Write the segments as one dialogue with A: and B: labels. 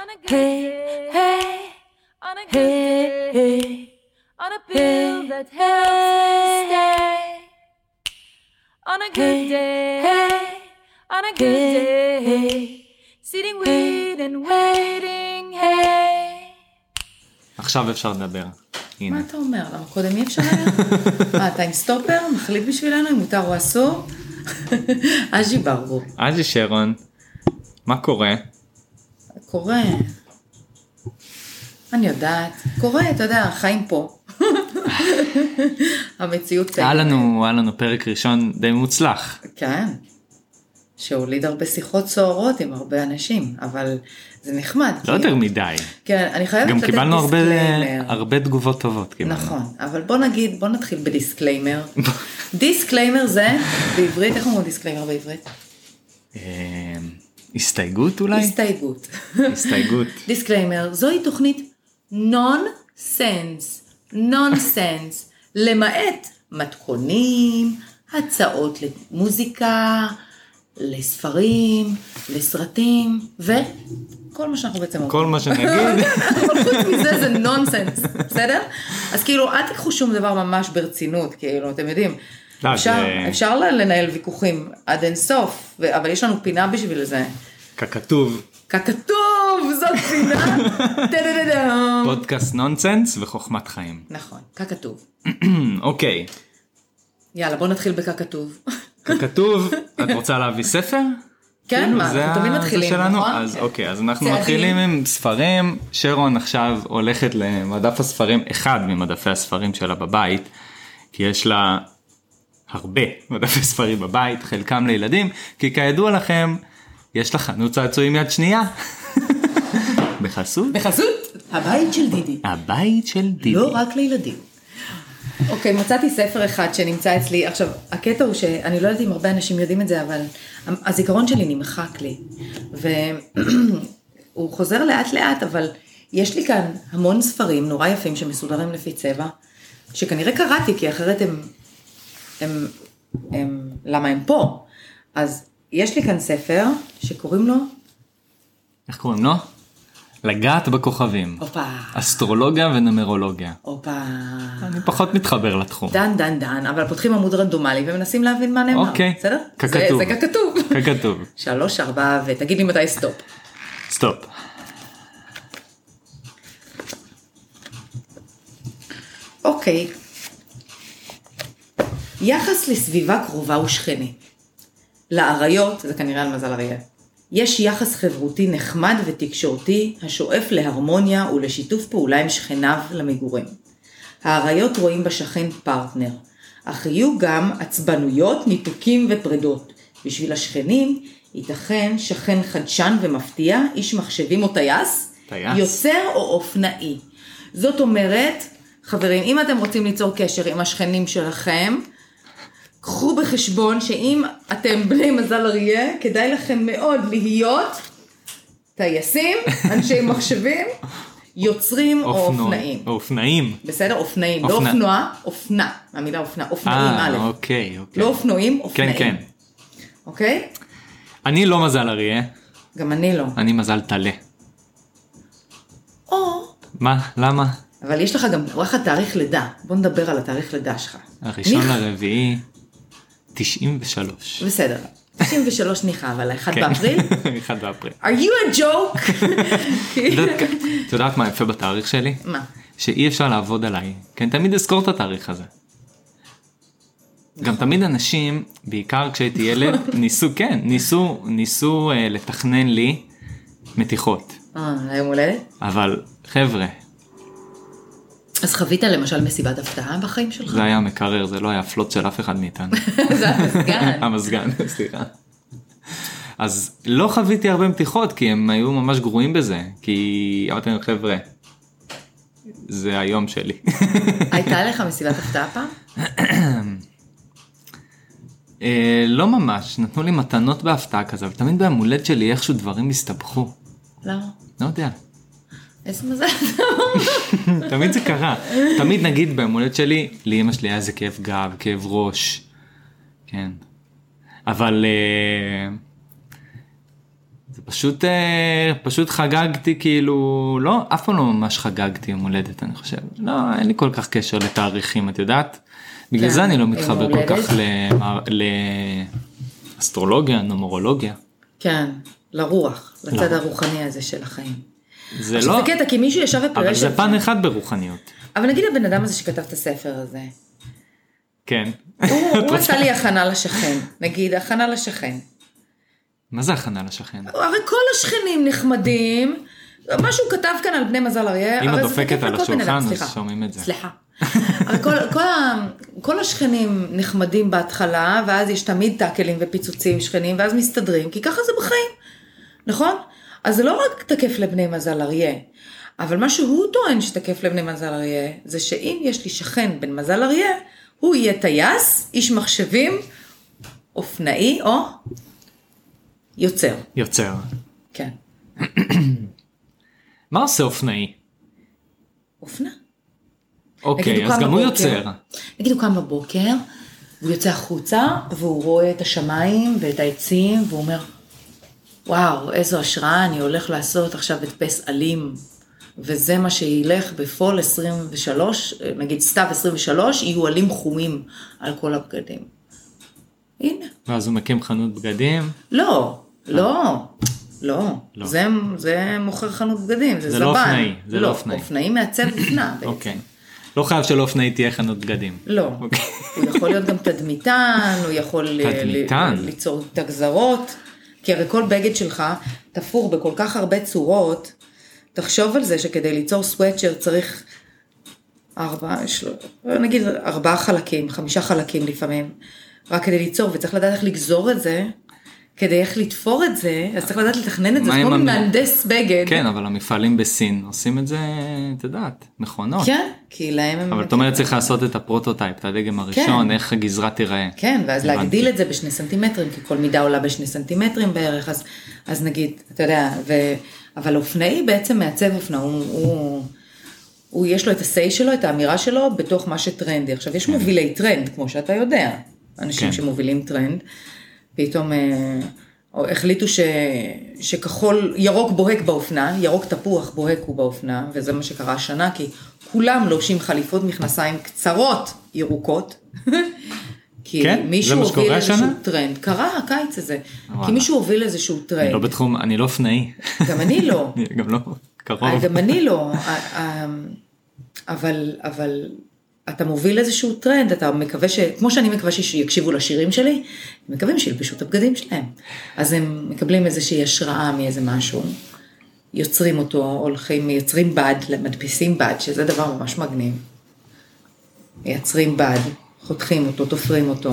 A: on a good
B: Hey,
A: day,
B: hey,
A: on a good
B: hey,
A: day,
B: hey,
A: on a bill
B: hey,
A: that helps stay. On a good
B: hey,
A: day,
B: hey,
A: on a good
B: hey,
A: day,
B: hey.
A: sitting with and waiting, hey.
C: עכשיו אפשר לדבר. הנה.
D: מה אתה אומר? למה קודם אי אפשר היה? מה, אתה עם סטופר? מחליט בשבילנו אם מותר או אסור? אג'י ברבו.
C: אג'י שרון, מה קורה?
D: קורה. אני יודעת. קורה, אתה יודע, חיים פה. המציאות
C: היה לנו, היה לנו פרק ראשון די מוצלח.
D: כן. שהוליד הרבה שיחות סוערות עם הרבה אנשים, אבל זה נחמד.
C: לא
D: כי-
C: יותר מדי.
D: כן, אני חייבת
C: גם
D: לתת
C: קיבלנו הרבה,
D: disclaimer.
C: הרבה תגובות טובות. קיבלנו.
D: נכון, אבל בוא נגיד, בוא נתחיל בדיסקליימר. דיסקליימר זה, בעברית, איך אומרים דיסקליימר בעברית?
C: אה, הסתייגות אולי?
D: הסתייגות.
C: הסתייגות.
D: דיסקליימר, זוהי תוכנית נונסנס, נונסנס, למעט מתכונים, הצעות למוזיקה, לספרים, לסרטים, וכל מה שאנחנו בעצם אומרים.
C: כל מה שנגיד.
D: אבל חוץ מזה זה נונסנס, בסדר? אז כאילו, אל תיקחו שום דבר ממש ברצינות, כאילו, אתם יודעים.
C: לא,
D: אפשר,
C: זה-
D: אפשר ל- לנהל ויכוחים עד אינסוף, ו- אבל יש לנו פינה בשביל זה.
C: ככתוב,
D: ככתוב, זאת פינה. טה-דה-דה-דם.
C: פודקאסט נונסנס וחוכמת חיים.
D: נכון, ככתוב.
C: אוקיי,
D: יאללה, בוא נתחיל בככתוב.
C: כאילו, ככתוב, את רוצה להביא ספר?
D: כן,
C: כאילו,
D: מה,
C: זה
D: אנחנו תמיד
C: ה-
D: מתחילים,
C: זה שלנו?
D: נכון?
C: אז
D: כן.
C: אוקיי, אז אנחנו
D: צעדים.
C: מתחילים עם ספרים. שרון עכשיו הולכת למדף הספרים, אחד ממדפי הספרים שלה בבית, כי יש לה הרבה מדפי ספרים בבית, חלקם לילדים, כי כידוע לכם, יש לה חנות צעצועים יד שנייה. בחסות?
D: בחסות הבית של דידי.
C: הבית של דידי.
D: לא רק לילדים. אוקיי, מצאתי ספר אחד שנמצא אצלי. עכשיו, הקטע הוא שאני לא יודעת אם הרבה אנשים יודעים את זה, אבל הזיכרון שלי נמחק לי. והוא חוזר לאט לאט, אבל יש לי כאן המון ספרים נורא יפים שמסודרים לפי צבע, שכנראה קראתי, כי אחרת הם... הם, הם למה הם פה? אז יש לי כאן ספר שקוראים לו,
C: איך קוראים לו? לגעת בכוכבים.
D: הופה,
C: אסטרולוגיה ונומרולוגיה.
D: הופה.
C: אני פחות מתחבר לתחום.
D: דן דן דן, אבל פותחים עמוד רנדומלי ומנסים להבין מה נאמר,
C: אוקיי.
D: בסדר?
C: ככתוב.
D: זה, זה ככתוב.
C: ככתוב.
D: שלוש, ארבע, ותגיד לי מתי סטופ.
C: סטופ.
D: אוקיי. יחס לסביבה קרובה ושכני. לאריות, זה כנראה על מזל אריה, יש יחס חברותי נחמד ותקשורתי השואף להרמוניה ולשיתוף פעולה עם שכניו למגורים. האריות רואים בשכן פרטנר, אך יהיו גם עצבנויות, ניתוקים ופרדות. בשביל השכנים, ייתכן שכן חדשן ומפתיע, איש מחשבים או טייס,
C: טייס.
D: יוצר או אופנאי. זאת אומרת, חברים, אם אתם רוצים ליצור קשר עם השכנים שלכם, קחו בחשבון שאם אתם בני מזל אריה, כדאי לכם מאוד להיות טייסים, אנשי מחשבים, יוצרים או
C: אופנוע-
D: אופנאים.
C: אופנאים.
D: בסדר? אופנאים, לא
C: אופנה.
D: אופנוע, אופנה, המילה אופנה, אופנאים
C: אה,
D: א',
C: אוקיי, אוקיי.
D: לא אופנועים, אופנאים.
C: כן, כן.
D: אוקיי?
C: אני לא מזל אריה,
D: גם אני לא.
C: אני מזל טלה.
D: או,
C: מה? למה?
D: אבל יש לך גם, הוא לך תאריך לידה, בוא נדבר על התאריך לידה שלך.
C: הראשון
D: ניחא.
C: לרביעי, 93.
D: בסדר, 93 ניחא, אבל האחד
C: כן.
D: באפריל.
C: 1 באפריל.
D: are you a joke?
C: את יודעת- את יודעת מה יפה בתאריך שלי?
D: מה?
C: שאי אפשר לעבוד עליי, כי אני תמיד אזכור את התאריך הזה.
D: נכון.
C: גם תמיד אנשים, בעיקר כשהייתי ילד, ניסו, כן, ניסו, ניסו אה, לתכנן לי מתיחות.
D: אה, היום הולדת?
C: אבל חבר'ה,
D: אז חווית למשל מסיבת הפתעה בחיים שלך?
C: זה היה מקרר, זה לא היה פלוט של אף אחד מאיתנו.
D: זה המסגן.
C: המזגן, סליחה. אז לא חוויתי הרבה מתיחות, כי הם היו ממש גרועים בזה. כי אמרתי להם, חבר'ה, זה היום שלי. אמ-
D: הייתה לך מסיבת הפתעה פעם?
C: אה, לא ממש, נתנו לי מתנות בהפתעה כזה, אבל תמיד ביום הולדת שלי איכשהו דברים הסתבכו.
D: למה?
C: לא יודע,
D: איזה מזל.
C: תמיד זה קרה. תמיד נגיד ביום הולדת שלי, לאמא שלי היה איזה כאב גב, כאב ראש. כן. אבל אה, זה פשוט, אה, פשוט חגגתי כאילו, לא, אף פעם לא ממש חגגתי יום הולדת אני חושב. לא, אין לי כל כך קשר לתאריכים, את יודעת? בגלל
D: כן,
C: זה אני לא
D: יום
C: מתחבר כל כך
D: הולדת.
C: למר- לאסטרולוגיה, נומרולוגיה.
D: כן, לרוח, לצד
C: לרוח.
D: הרוחני הזה של החיים.
C: לא. זה
D: עכשיו
C: לא,
D: זה קטע, כי מישהו ישב ופירש
C: אבל
D: את
C: זה פן אחד ברוחניות.
D: אבל נגיד הבן אדם הזה שכתב את הספר הזה,
C: כן.
D: הוא הוא עשה לי הכנה לשכן, נגיד הכנה לשכן.
C: מה זה הכנה לשכן?
D: הרי כל השכנים נחמדים, מה שהוא כתב כאן על בני מזל אריה,
C: אם
D: הרי
C: את
D: זה
C: דופקת
D: תקף
C: על
D: לכל בן אדם,
C: השולחן
D: סליחה.
C: אז שומעים את זה.
D: סליחה. הרי כל, כל, ה, כל השכנים נחמדים בהתחלה, ואז יש תמיד טאקלים ופיצוצים שכנים, ואז מסתדרים, כי ככה זה בחיים, נכון? אז זה לא רק תקף לבני מזל אריה, אבל מה שהוא טוען שתקף לבני מזל אריה, זה שאם יש לי שכן בן מזל אריה, הוא יהיה טייס, איש מחשבים, אופנאי או יוצר.
C: יוצר.
D: כן.
C: מה עושה אופנאי?
D: אופנה. נגיד,
C: אוקיי,
D: הוא
C: אז
D: קם
C: גם הוא
D: בבוקר.
C: יוצר.
D: נגיד הוא קם בבוקר, הוא יוצא החוצה, והוא רואה את השמיים ואת העצים, והוא אומר, וואו, איזו השראה, אני הולך לעשות עכשיו הדפס עלים. וזה מה שילך בפול 23, נגיד סתיו 23, יהיו עלים חומים על כל הבגדים. הנה.
C: ואז הוא מקים חנות בגדים.
D: לא, לא, לא.
C: אה. לא.
D: זה, זה מוכר חנות בגדים, זה,
C: זה
D: זבן.
C: לא אופנאי, זה לא אופנאי.
D: אופנאי מעצב אופנה. בעצם.
C: אוקיי. לא חייב שלאופנאי תהיה חנות בגדים.
D: לא.
C: אוקיי.
D: הוא יכול להיות גם תדמיתן, הוא יכול אה,
C: תדמיתן?
D: ל- ליצור את הגזרות, כי הרי כל בגד שלך תפור בכל כך הרבה צורות, תחשוב על זה שכדי ליצור סוואצ'ר צריך ארבע, של... נגיד ארבעה חלקים, חמישה חלקים לפעמים, רק כדי ליצור, וצריך לדעת איך לגזור את זה. כדי איך לתפור את זה, אז צריך לדעת לתכנן את זה,
C: מה
D: זה
C: עם
D: כמו
C: המ-
D: מהנדס בגד.
C: כן, אבל המפעלים בסין עושים את זה, את יודעת, מכונות.
D: כן, כי להם הם...
C: נכון. אבל את אומרת צריך לעשות את הפרוטוטייפ, את הדגם הראשון, איך הגזרה תיראה.
D: כן, ואז
C: הבנתי.
D: להגדיל את זה בשני סנטימטרים, כי כל מידה עולה בשני סנטימטרים בערך, אז, אז נגיד, אתה יודע, ו... אבל אופנאי בעצם מעצב אופנה, הוא, הוא, הוא יש לו את ה-say שלו, את האמירה שלו, בתוך מה שטרנדי. עכשיו, יש מובילי טרנד, כמו שאתה יודע, אנשים
C: כן.
D: שמובילים טרנד, פתאום אה, או החליטו ש, שכחול, ירוק בוהק באופנה, ירוק תפוח בוהק הוא באופנה, וזה מה שקרה השנה, כי כולם לובשים חליפות מכנסיים קצרות ירוקות. כי
C: כן? זה
D: מישהו
C: מה שקורה
D: הוביל איזשהו
C: השנה?
D: טרנד, קרה הקיץ הזה,
C: וואלה.
D: כי מישהו הוביל איזשהו
C: אני
D: טרנד,
C: לא בתחום, אני לא אופנאי.
D: גם אני לא,
C: אני גם לא קרוב.
D: גם אני לא, ה- ה- אבל, אבל אתה מוביל איזשהו טרנד, אתה מקווה ש... כמו שאני מקווה שיקשיבו לשירים שלי, הם מקווים שילבשו את הבגדים שלהם. אז הם מקבלים איזושהי השראה מאיזה משהו, יוצרים אותו, הולכים, מייצרים בד, מדפיסים בד, שזה דבר ממש מגניב. מייצרים בד, חותכים אותו, תופרים אותו.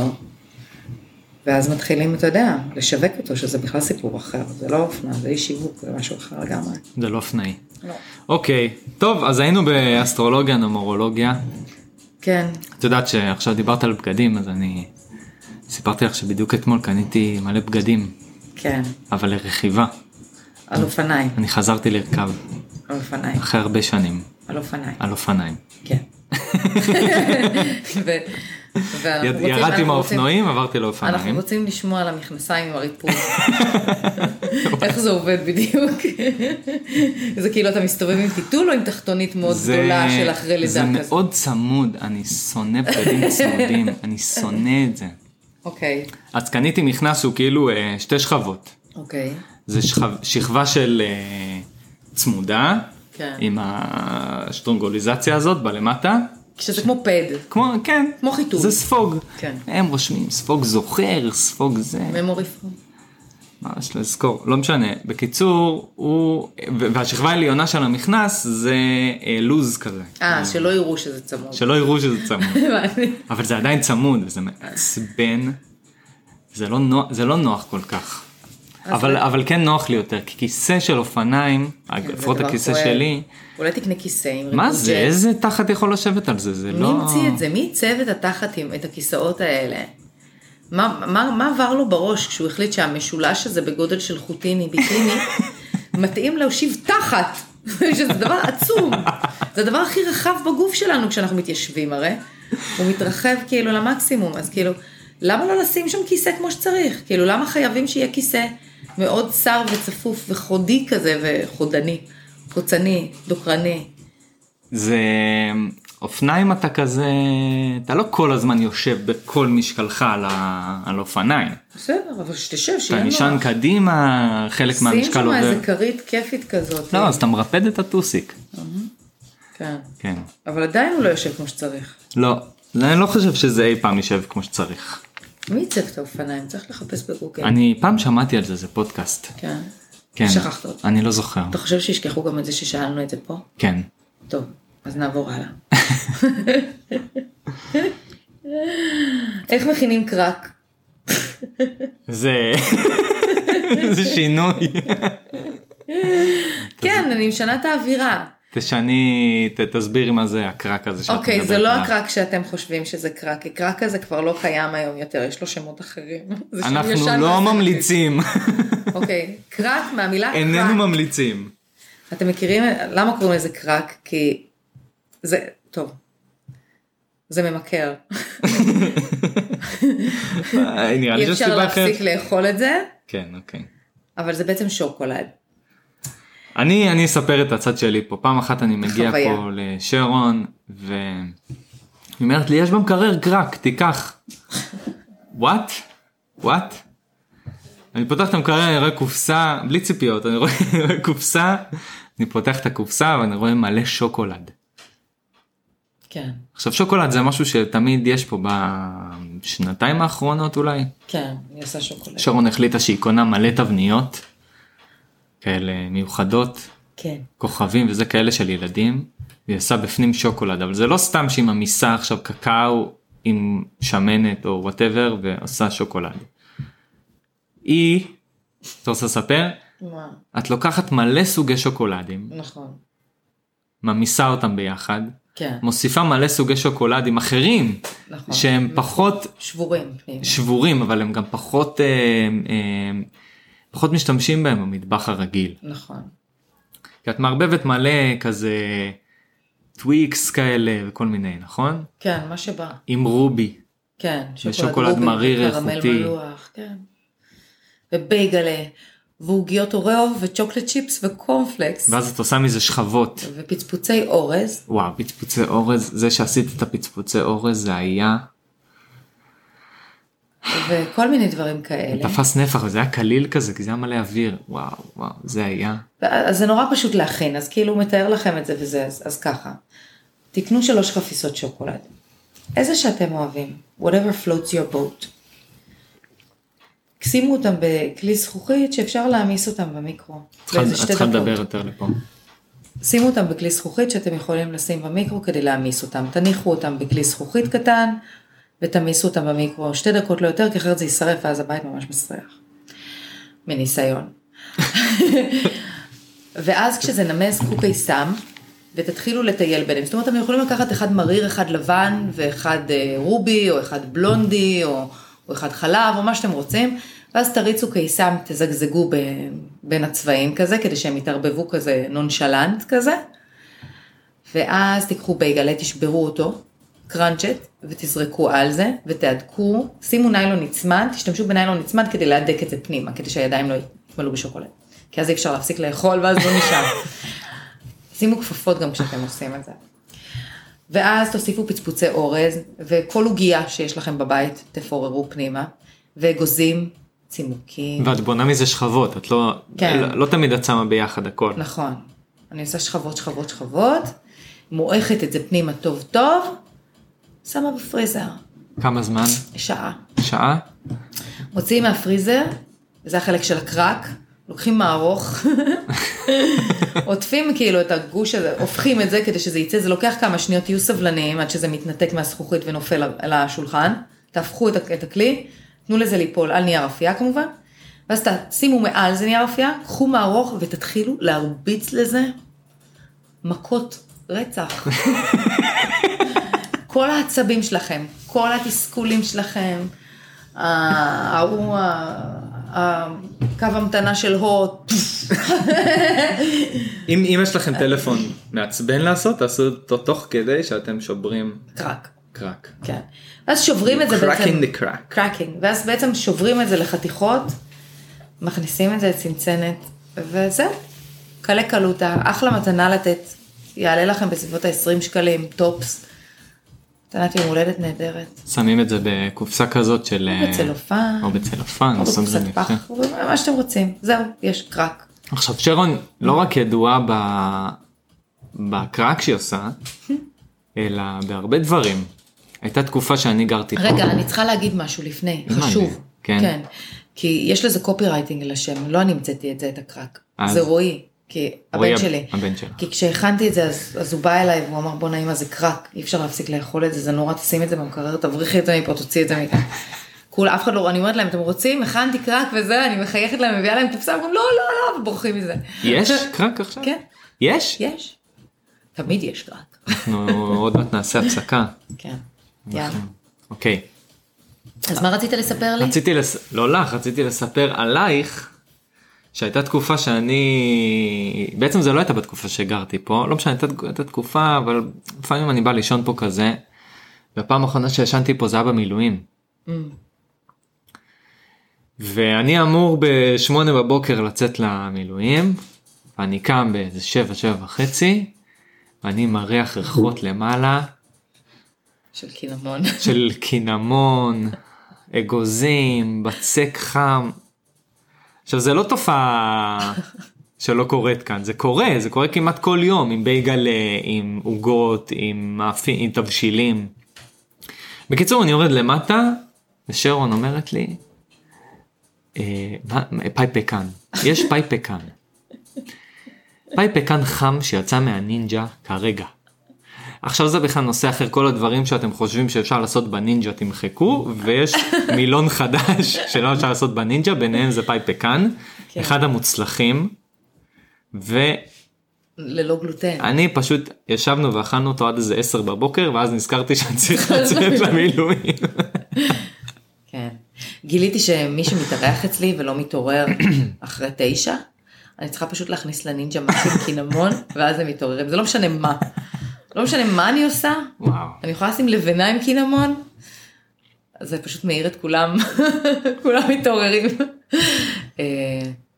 D: ואז מתחילים, אתה יודע, לשווק אותו, שזה בכלל סיפור אחר, זה לא אופנה, זה אי שיווק, זה משהו אחר לגמרי.
C: זה לא אופנאי.
D: לא.
C: אוקיי, טוב, אז היינו באסטרולוגיה, נומרולוגיה.
D: כן,
C: את יודעת שעכשיו דיברת על בגדים אז אני סיפרתי לך שבדיוק אתמול קניתי מלא בגדים
D: כן,
C: אבל לרכיבה
D: על אופניים,
C: אני חזרתי לרכב
D: על אופניים,
C: אחרי הרבה שנים
D: על אופניים,
C: על אופניים.
D: כן. ו- ואנחנו
C: יד-
D: רוצים-
C: ירדתי
D: אנחנו רוצים-
C: מהאופנועים עברתי
D: אנחנו
C: לאופניים.
D: רוצים לשמוע על המכנסיים עם הריפוי, איך זה עובד בדיוק. זה כאילו אתה מסתובב עם טיטול או עם תחתונית מאוד גדולה של אחרי
C: זה
D: לידה כזאת.
C: מאוד צמוד אני שונא בגדים צמודים אני שונא את זה.
D: אוקיי,
C: אז קניתי מכנס שהוא כאילו אה, שתי שכבות.
D: אוקיי,
C: זה שכב- שכבה של אה, צמודה
D: כן.
C: עם השטרונגוליזציה הזאת בלמטה.
D: שזה כמו פד,
C: כמו, כן.
D: כמו חיתול.
C: זה ספוג.
D: כן.
C: הם רושמים ספוג זוכר, ספוג זה.
D: memory foam.
C: מה יש לזכור? לא משנה. בקיצור, הוא... ו- והשכבה העליונה של המכנס זה אה, לוז כזה.
D: אה, שלא יראו שזה צמוד.
C: שלא יראו שזה צמוד.
D: הבנתי.
C: אבל זה עדיין צמוד, וזה מעצבן. זה לא נוח, זה לא נוח כל כך. אבל, אבל כן נוח לי יותר, כי כיסא של אופניים,
D: כן, זה
C: לפחות
D: דבר
C: הכיסא
D: כואב.
C: שלי,
D: אולי תקנה כיסא עם ריפוי
C: מה זה,
D: ג'ל.
C: איזה תחת יכול לשבת על זה, זה
D: מי
C: לא...
D: המציא את זה? מי עיצב את התחת עם את הכיסאות האלה? מה, מה, מה עבר לו בראש כשהוא החליט שהמשולש הזה בגודל של חוטיני ביקיני מתאים להושיב תחת, שזה דבר עצום. זה הדבר הכי רחב בגוף שלנו כשאנחנו מתיישבים הרי. הוא מתרחב כאילו למקסימום, אז כאילו, למה לא לשים שם כיסא כמו שצריך? כאילו, למה חייבים שיהיה כיסא מאוד צר וצפוף וחודי כזה וחודני, קוצני, דוקרני.
C: זה אופניים אתה כזה, אתה לא כל הזמן יושב בכל משקלך על, ה... על אופניים.
D: בסדר, אבל שתשב,
C: אתה
D: שיהיה נוח.
C: נשען קדימה, חלק
D: שים
C: מהמשקל
D: לא. שם
C: עובר.
D: איזה כרית כיפית כזאת.
C: לא, אז אתה מרפד את הטוסיק.
D: כן.
C: כן.
D: אבל עדיין הוא לא יושב כמו שצריך.
C: לא, אני לא חושב שזה אי פעם יישב כמו שצריך.
D: מי עיצב את האופניים? צריך לחפש בגוגל.
C: אני פעם שמעתי על זה, זה פודקאסט.
D: כן.
C: כן.
D: שכחת אותו.
C: אני לא זוכר.
D: אתה חושב שישכחו גם את זה ששאלנו את זה פה?
C: כן.
D: טוב, אז נעבור הלאה. איך מכינים קרק?
C: זה... זה שינוי.
D: כן, אני משנה את האווירה.
C: תשני, ת- תסבירי מה זה הקרק הזה שאת
D: אוקיי, זה
C: מדברת
D: לא
C: עליו.
D: הקרק שאתם חושבים שזה קרק, כי קרק הזה כבר לא קיים היום יותר, יש לו שמות אחרים. זה שם ישן
C: אנחנו לא
D: וזה
C: ממליצים.
D: מביך. אוקיי, קרק מהמילה
C: איננו
D: קרק.
C: ממליצים.
D: אתם מכירים למה קוראים לזה קרק? כי זה, טוב, זה ממכר.
C: אה, נראה לי
D: אי
C: שיש
D: אפשר
C: סיבה אחרת.
D: להפסיק לאכול את זה,
C: כן, אוקיי.
D: אבל זה בעצם שוקולד.
C: אני אני אספר את הצד שלי פה פעם אחת אני מגיע
D: חוויה.
C: פה לשרון והיא אומרת לי יש במקרר קרק תיקח. וואט? וואט? אני פותח את המקרר אני רואה קופסה בלי ציפיות אני רואה אני רואה קופסה אני פותח את הקופסה ואני רואה מלא שוקולד.
D: כן,
C: עכשיו שוקולד זה משהו שתמיד יש פה בשנתיים האחרונות אולי
D: כן, אני עושה שוקולד.
C: שרון החליטה שהיא קונה מלא תבניות כאלה מיוחדות
D: כן.
C: כוכבים וזה כאלה של ילדים, והיא עושה בפנים שוקולד, אבל זה לא סתם שהיא ממיסה עכשיו קקאו עם שמנת או וואטאבר ועושה שוקולד. היא, אתה רוצה לספר?
D: מה?
C: את לוקחת מלא סוגי שוקולדים,
D: נכון.
C: ממיסה אותם ביחד,
D: כן.
C: מוסיפה מלא סוגי שוקולדים אחרים,
D: נכון.
C: שהם פחות
D: שבורים פנימה.
C: שבורים, אבל הם גם פחות, אה, אה, פחות משתמשים בהם במטבח הרגיל.
D: נכון.
C: כי את מערבבת מלא כזה טוויקס כאלה וכל מיני נכון
D: כן, מה שבא.
C: עם רובי
D: כן,
C: ושוקולד
D: רובי,
C: מריר
D: וקרמל
C: איכותי.
D: מלוח, כן. ובייגלה, ועוגיות אוראו, וצ'וקלט צ'יפס, וקורנפלקס,
C: ואז את עושה מזה שכבות
D: ופצפוצי אורז.
C: וואו פצפוצי אורז זה שעשית את הפצפוצי אורז זה היה
D: וכל מיני דברים כאלה.
C: תפס נפח וזה היה קליל כזה כי זה היה מלא אוויר וואו וואו זה היה
D: ואז- אז זה נורא פשוט להכין, אז כאילו הוא מתאר לכם את זה וזה, אז, אז ככה. תקנו שלוש חפיסות שוקולד. איזה שאתם אוהבים, whatever floats your boat. שימו אותם בכלי זכוכית שאפשר להעמיס אותם במיקרו.
C: צריכה-
D: באיזה
C: את
D: שתי
C: צריכה
D: דקות.
C: לדבר יותר לפה
D: שימו אותם בכלי זכוכית שאתם יכולים לשים במיקרו כדי להעמיס אותם. תניחו אותם בכלי זכוכית קטן ותמיסו אותם במיקרו שתי דקות לא יותר, כי אחרת זה יישרף ואז הבית ממש מסריח. מניסיון. ואז כשזה נמס קחו קיסם ותתחילו לטייל ביניהם. זאת אומרת, אתם יכולים לקחת אחד מריר, אחד לבן ואחד אה, רובי או אחד בלונדי או, או אחד חלב או מה שאתם רוצים, ואז תריצו קיסם, תזגזגו ב, בין הצבעים כזה, כדי שהם יתערבבו כזה נונשלנט כזה. ואז תיקחו בייגלה, תשברו אותו, קראנצ'ט, ותזרקו על זה, ותהדקו, שימו ניילון נצמד, תשתמשו בניילון נצמד כדי להדק את זה פנימה, כדי שהידיים לא יתמלאו בשוקולד. כי אז אי אפשר להפסיק לאכול ואז לא נשאר. שימו כפפות גם כשאתם עושים את זה. ואז תוסיפו פצפוצי אורז, וכל עוגייה שיש לכם בבית תפוררו פנימה, ואגוזים, צימוקים.
C: ואת בונה מזה שכבות את לא
D: כן.
C: לא- לא תמיד את שמה ביחד הכל
D: נכון. אני עושה שכבות, שכבות, שכבות, מועכת את זה פנימה טוב טוב, שמה בפריזר,
C: כמה זמן
D: שעה.
C: שעה
D: מוציאים מהפריזר, זה החלק של הקרק, לוקחים מערוך, עוטפים כאילו את הגוש הזה, הופכים את זה כדי שזה יצא, זה לוקח כמה שניות, תהיו סבלניים עד שזה מתנתק מהזכוכית ונופל על השולחן, תהפכו את, ה- את הכלי, תנו לזה ליפול על נייר אפייה כמובן, ואז תשימו מעל זה נייר אפייה, קחו מערוך ותתחילו להרביץ לזה מכות רצח. כל העצבים שלכם, כל התסכולים שלכם, ה- ההוא, ה- ה- קו המתנה של הוט,
C: אם אם יש לכם טלפון מעצבן לעשות תעשו אותו תוך כדי שאתם שוברים
D: קרק,
C: קרק.
D: כן. ואז שוברים את זה
C: Crack
D: בעצם,
C: in the crack.
D: קראקינג, ואז בעצם שוברים את זה לחתיכות, מכניסים את זה לצנצנת, וזהו. קלה קלותה, אחלה מתנה לתת. יעלה לכם בסביבות ה-20 שקלים, טופס. מתנת יום הולדת נהדרת.
C: שמים את זה בקופסה כזאת של... אה,
D: או בצלופן.
C: או בצלופן.
D: או
C: עושים את זה
D: בקופסת פח,
C: יפה.
D: או מה שאתם רוצים. זהו, יש קרק.
C: עכשיו שרון לא רק ידועה ב... בקרק שהיא עושה, אלא בהרבה דברים. הייתה תקופה שאני גרתי פה.
D: רגע, אני צריכה להגיד משהו לפני,
C: הבנתי,
D: חשוב.
C: כן.
D: כן. כי יש לזה קופי רייטינג לשם, לא אני המצאתי את זה, את הקרק.
C: אז?
D: זה רועי, כי
C: רועי
D: הבן
C: הב-
D: שלי.
C: הבן שלך.
D: כי כשהכנתי את זה, אז, אז הוא בא אליי והוא אמר, בואנה אימא זה קרק, אי אפשר להפסיק לאכול את זה, זה נורא, תשים את זה במקרר, תבריחי את זה מפה, תוציא את זה מכאן. כול, אף אחד לא, אני אומרת להם, אתם רוצים, הכנתי קרק וזה, אני מחייכת להם, מביאה להם קופסה, הם אומרים, לא, לא, לא, ובורחים מזה.
C: יש קרק עכשיו?
D: כן.
C: יש?
D: יש. תמיד יש קרק.
C: אנחנו עוד מעט נעשה הפסקה.
D: כן. יאללה.
C: אוקיי.
D: אז מה רצית לספר לי?
C: רציתי לס... לא לך, רציתי לספר עלייך, שהייתה תקופה שאני... בעצם זה לא הייתה בתקופה שגרתי פה, לא משנה, הייתה, הייתה תקופה, אבל לפעמים אני בא לישון פה כזה, והפעם האחרונה שישנתי פה זה היה במילואים. ואני אמור בשמונה בבוקר לצאת למילואים, ואני קם באיזה שבע, שבע וחצי, ואני מריח ריחות למעלה,
D: של קינמון.
C: של קינמון, אגוזים, בצק חם. עכשיו זה לא תופעה שלא קורית כאן, זה קורה, זה קורה כמעט כל יום עם בייגלה, עם עוגות, עם, מאפי, עם תבשילים. בקיצור אני יורד למטה ושרון אומרת לי, "אה, מה- מה- פאי פקן, יש פאי פקן. פאי פקן חם שיצא מהנינג'ה כרגע. עכשיו זה בכלל נושא אחר כל הדברים שאתם חושבים שאפשר לעשות בנינג'ה תמחקו ויש מילון חדש שלא אפשר לעשות בנינג'ה ביניהם זה פאי פקן
D: כן.
C: אחד המוצלחים. ואני
D: ללא גלוטן.
C: פשוט ישבנו ואכלנו אותו עד איזה 10 בבוקר ואז נזכרתי שאני צריך לצאת למילואים.
D: כן. גיליתי שמי שמתארח אצלי ולא מתעורר אחרי תשע, אני צריכה פשוט להכניס לנינג'ה משהו עם קינמון, ואז הם מתעוררים. זה לא משנה מה. לא משנה מה אני עושה,
C: וואו.
D: אני יכולה לשים לבנה עם קינמון, אז זה פשוט מאיר את כולם, כולם מתעוררים. אה,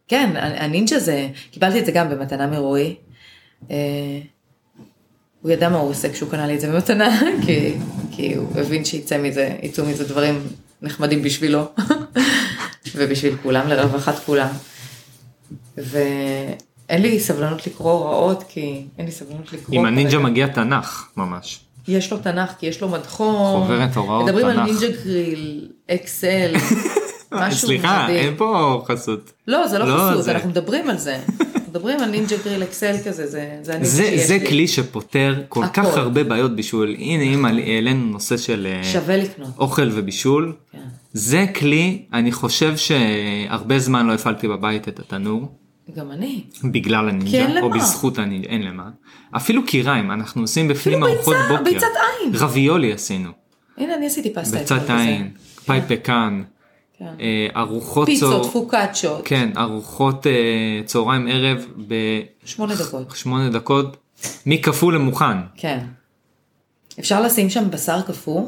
D: כן, ה- הנינג'ה זה, קיבלתי את זה גם במתנה מרועי. אה, הוא ידע מה הוא עושה כשהוא קנה לי את זה במתנה, כי, כי הוא הבין שיצא מזה, יצאו מזה דברים נחמדים בשבילו, ובשביל כולם, לרווחת כולם. ואין לי סבלנות לקרוא הוראות, כי אין לי סבלנות לקרוא.
C: עם הנינג'ה
D: כרגע.
C: מגיע תנ"ך ממש.
D: יש לו תנ"ך, כי יש לו מדחום.
C: חוברת הוראות
D: מדברים
C: תנ"ך.
D: על נינג'ה גריל, אקסל, משהו
C: סליחה
D: מדהים.
C: אין פה חסות.
D: לא, זה לא,
C: לא,
D: חסות,
C: זה-
D: אנחנו מדברים על זה. אנחנו מדברים על נינג'ה גריל אקסל כזה, זה, זה הנינג'ה
C: זה,
D: שיש
C: זה
D: לי.
C: כלי שפותר כל כך
D: הכל. נכון.
C: הרבה בעיות בישול הנה אם העלינו נושא של אה,
D: שווה לקנות.
C: אוכל ובישול
D: כן.
C: זה כלי, אני חושב שהרבה זמן לא הפעלתי בבית את התנור,
D: גם אני.
C: בגלל
D: כי אין
C: הנינג'ה,
D: למה.
C: או בזכות הנינג'ה, אין למה. אפילו קיריים, אנחנו עושים בפנים
D: אפילו
C: ארוחות
D: כאילו ביצה,
C: בוקר.
D: ביצת עין.
C: רביולי עשינו,
D: הנה, אני עשיתי פסטה.
C: ביצת
D: אתמול
C: עין,
D: וזה.
C: פאי פקן,
D: כן.
C: אה, ארוחות
D: פיצות,
C: צהר-
D: פוקאצ'ות.
C: כן, ארוחות אה, צהריים ערב
D: שמונה דקות.
C: בשמונה דקות, מכפול למוכן.
D: כן. אפשר לשים שם בשר קפוא,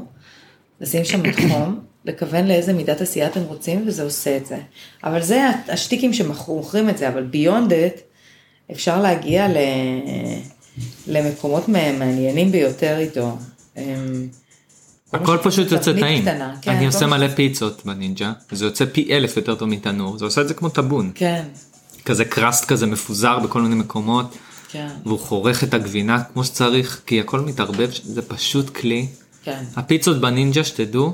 D: לשים שם מתחום, לכוון לאיזה מידת עשייה אתם רוצים, וזה עושה את זה. אבל זה השטיקים שמוכרים את זה, אבל ביונד את, אפשר להגיע ל... למקומות מעניינים ביותר איתו. אמ, כל מה
C: הכל
D: שקשור
C: פשוט יוצא
D: לתבנית
C: טעים.
D: קטנה, כן,
C: אני
D: כל
C: עושה
D: מה
C: מלא פיצות בנינג'ה, זה יוצא פי אלף יותר טוב מתנור, זה עושה את זה כמו טאבון.
D: כן,
C: כזה קראסט כזה מפוזר בכל מיני מקומות,
D: כן,
C: והוא חורך את הגבינה כמו שצריך, כי הכל מתערבב, זה פשוט כלי.
D: כן,
C: הפיצות בנינג'ה שתדעו,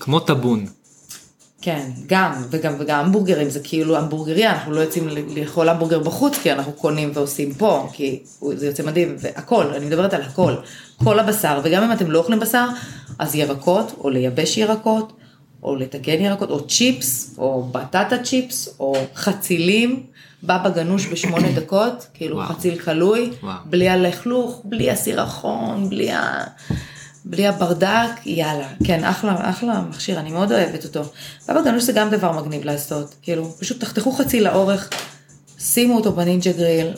C: כמו טאבון.
D: כן, גם, וגם, וגם המבורגרים, זה כאילו המבורגריה, אנחנו לא יוצאים ל- לאכול המבורגר בחוץ, כי אנחנו קונים ועושים פה, כי הוא- זה יוצא מדהים, והכל, אני מדברת על הכל, כל הבשר, וגם אם אתם לא אוכלים בשר, אז ירקות, או לייבש ירקות, או לטגן ירקות, או צ'יפס, או בטטה צ'יפס, או חצילים, בבא גנוש בשמונה דקות, כאילו
C: וואו.
D: חציל כלוי,
C: וואו.
D: בלי הלכלוך, בלי הסירחון, בלי ה... בלי הברדק, יאללה. כן, אחלה, אחלה מכשיר, אני מאוד אוהבת אותו. בבא גנוש זה גם דבר מגניב לעשות, כאילו, פשוט תחתכו חצי לאורך, שימו אותו בנינג'ה גריל,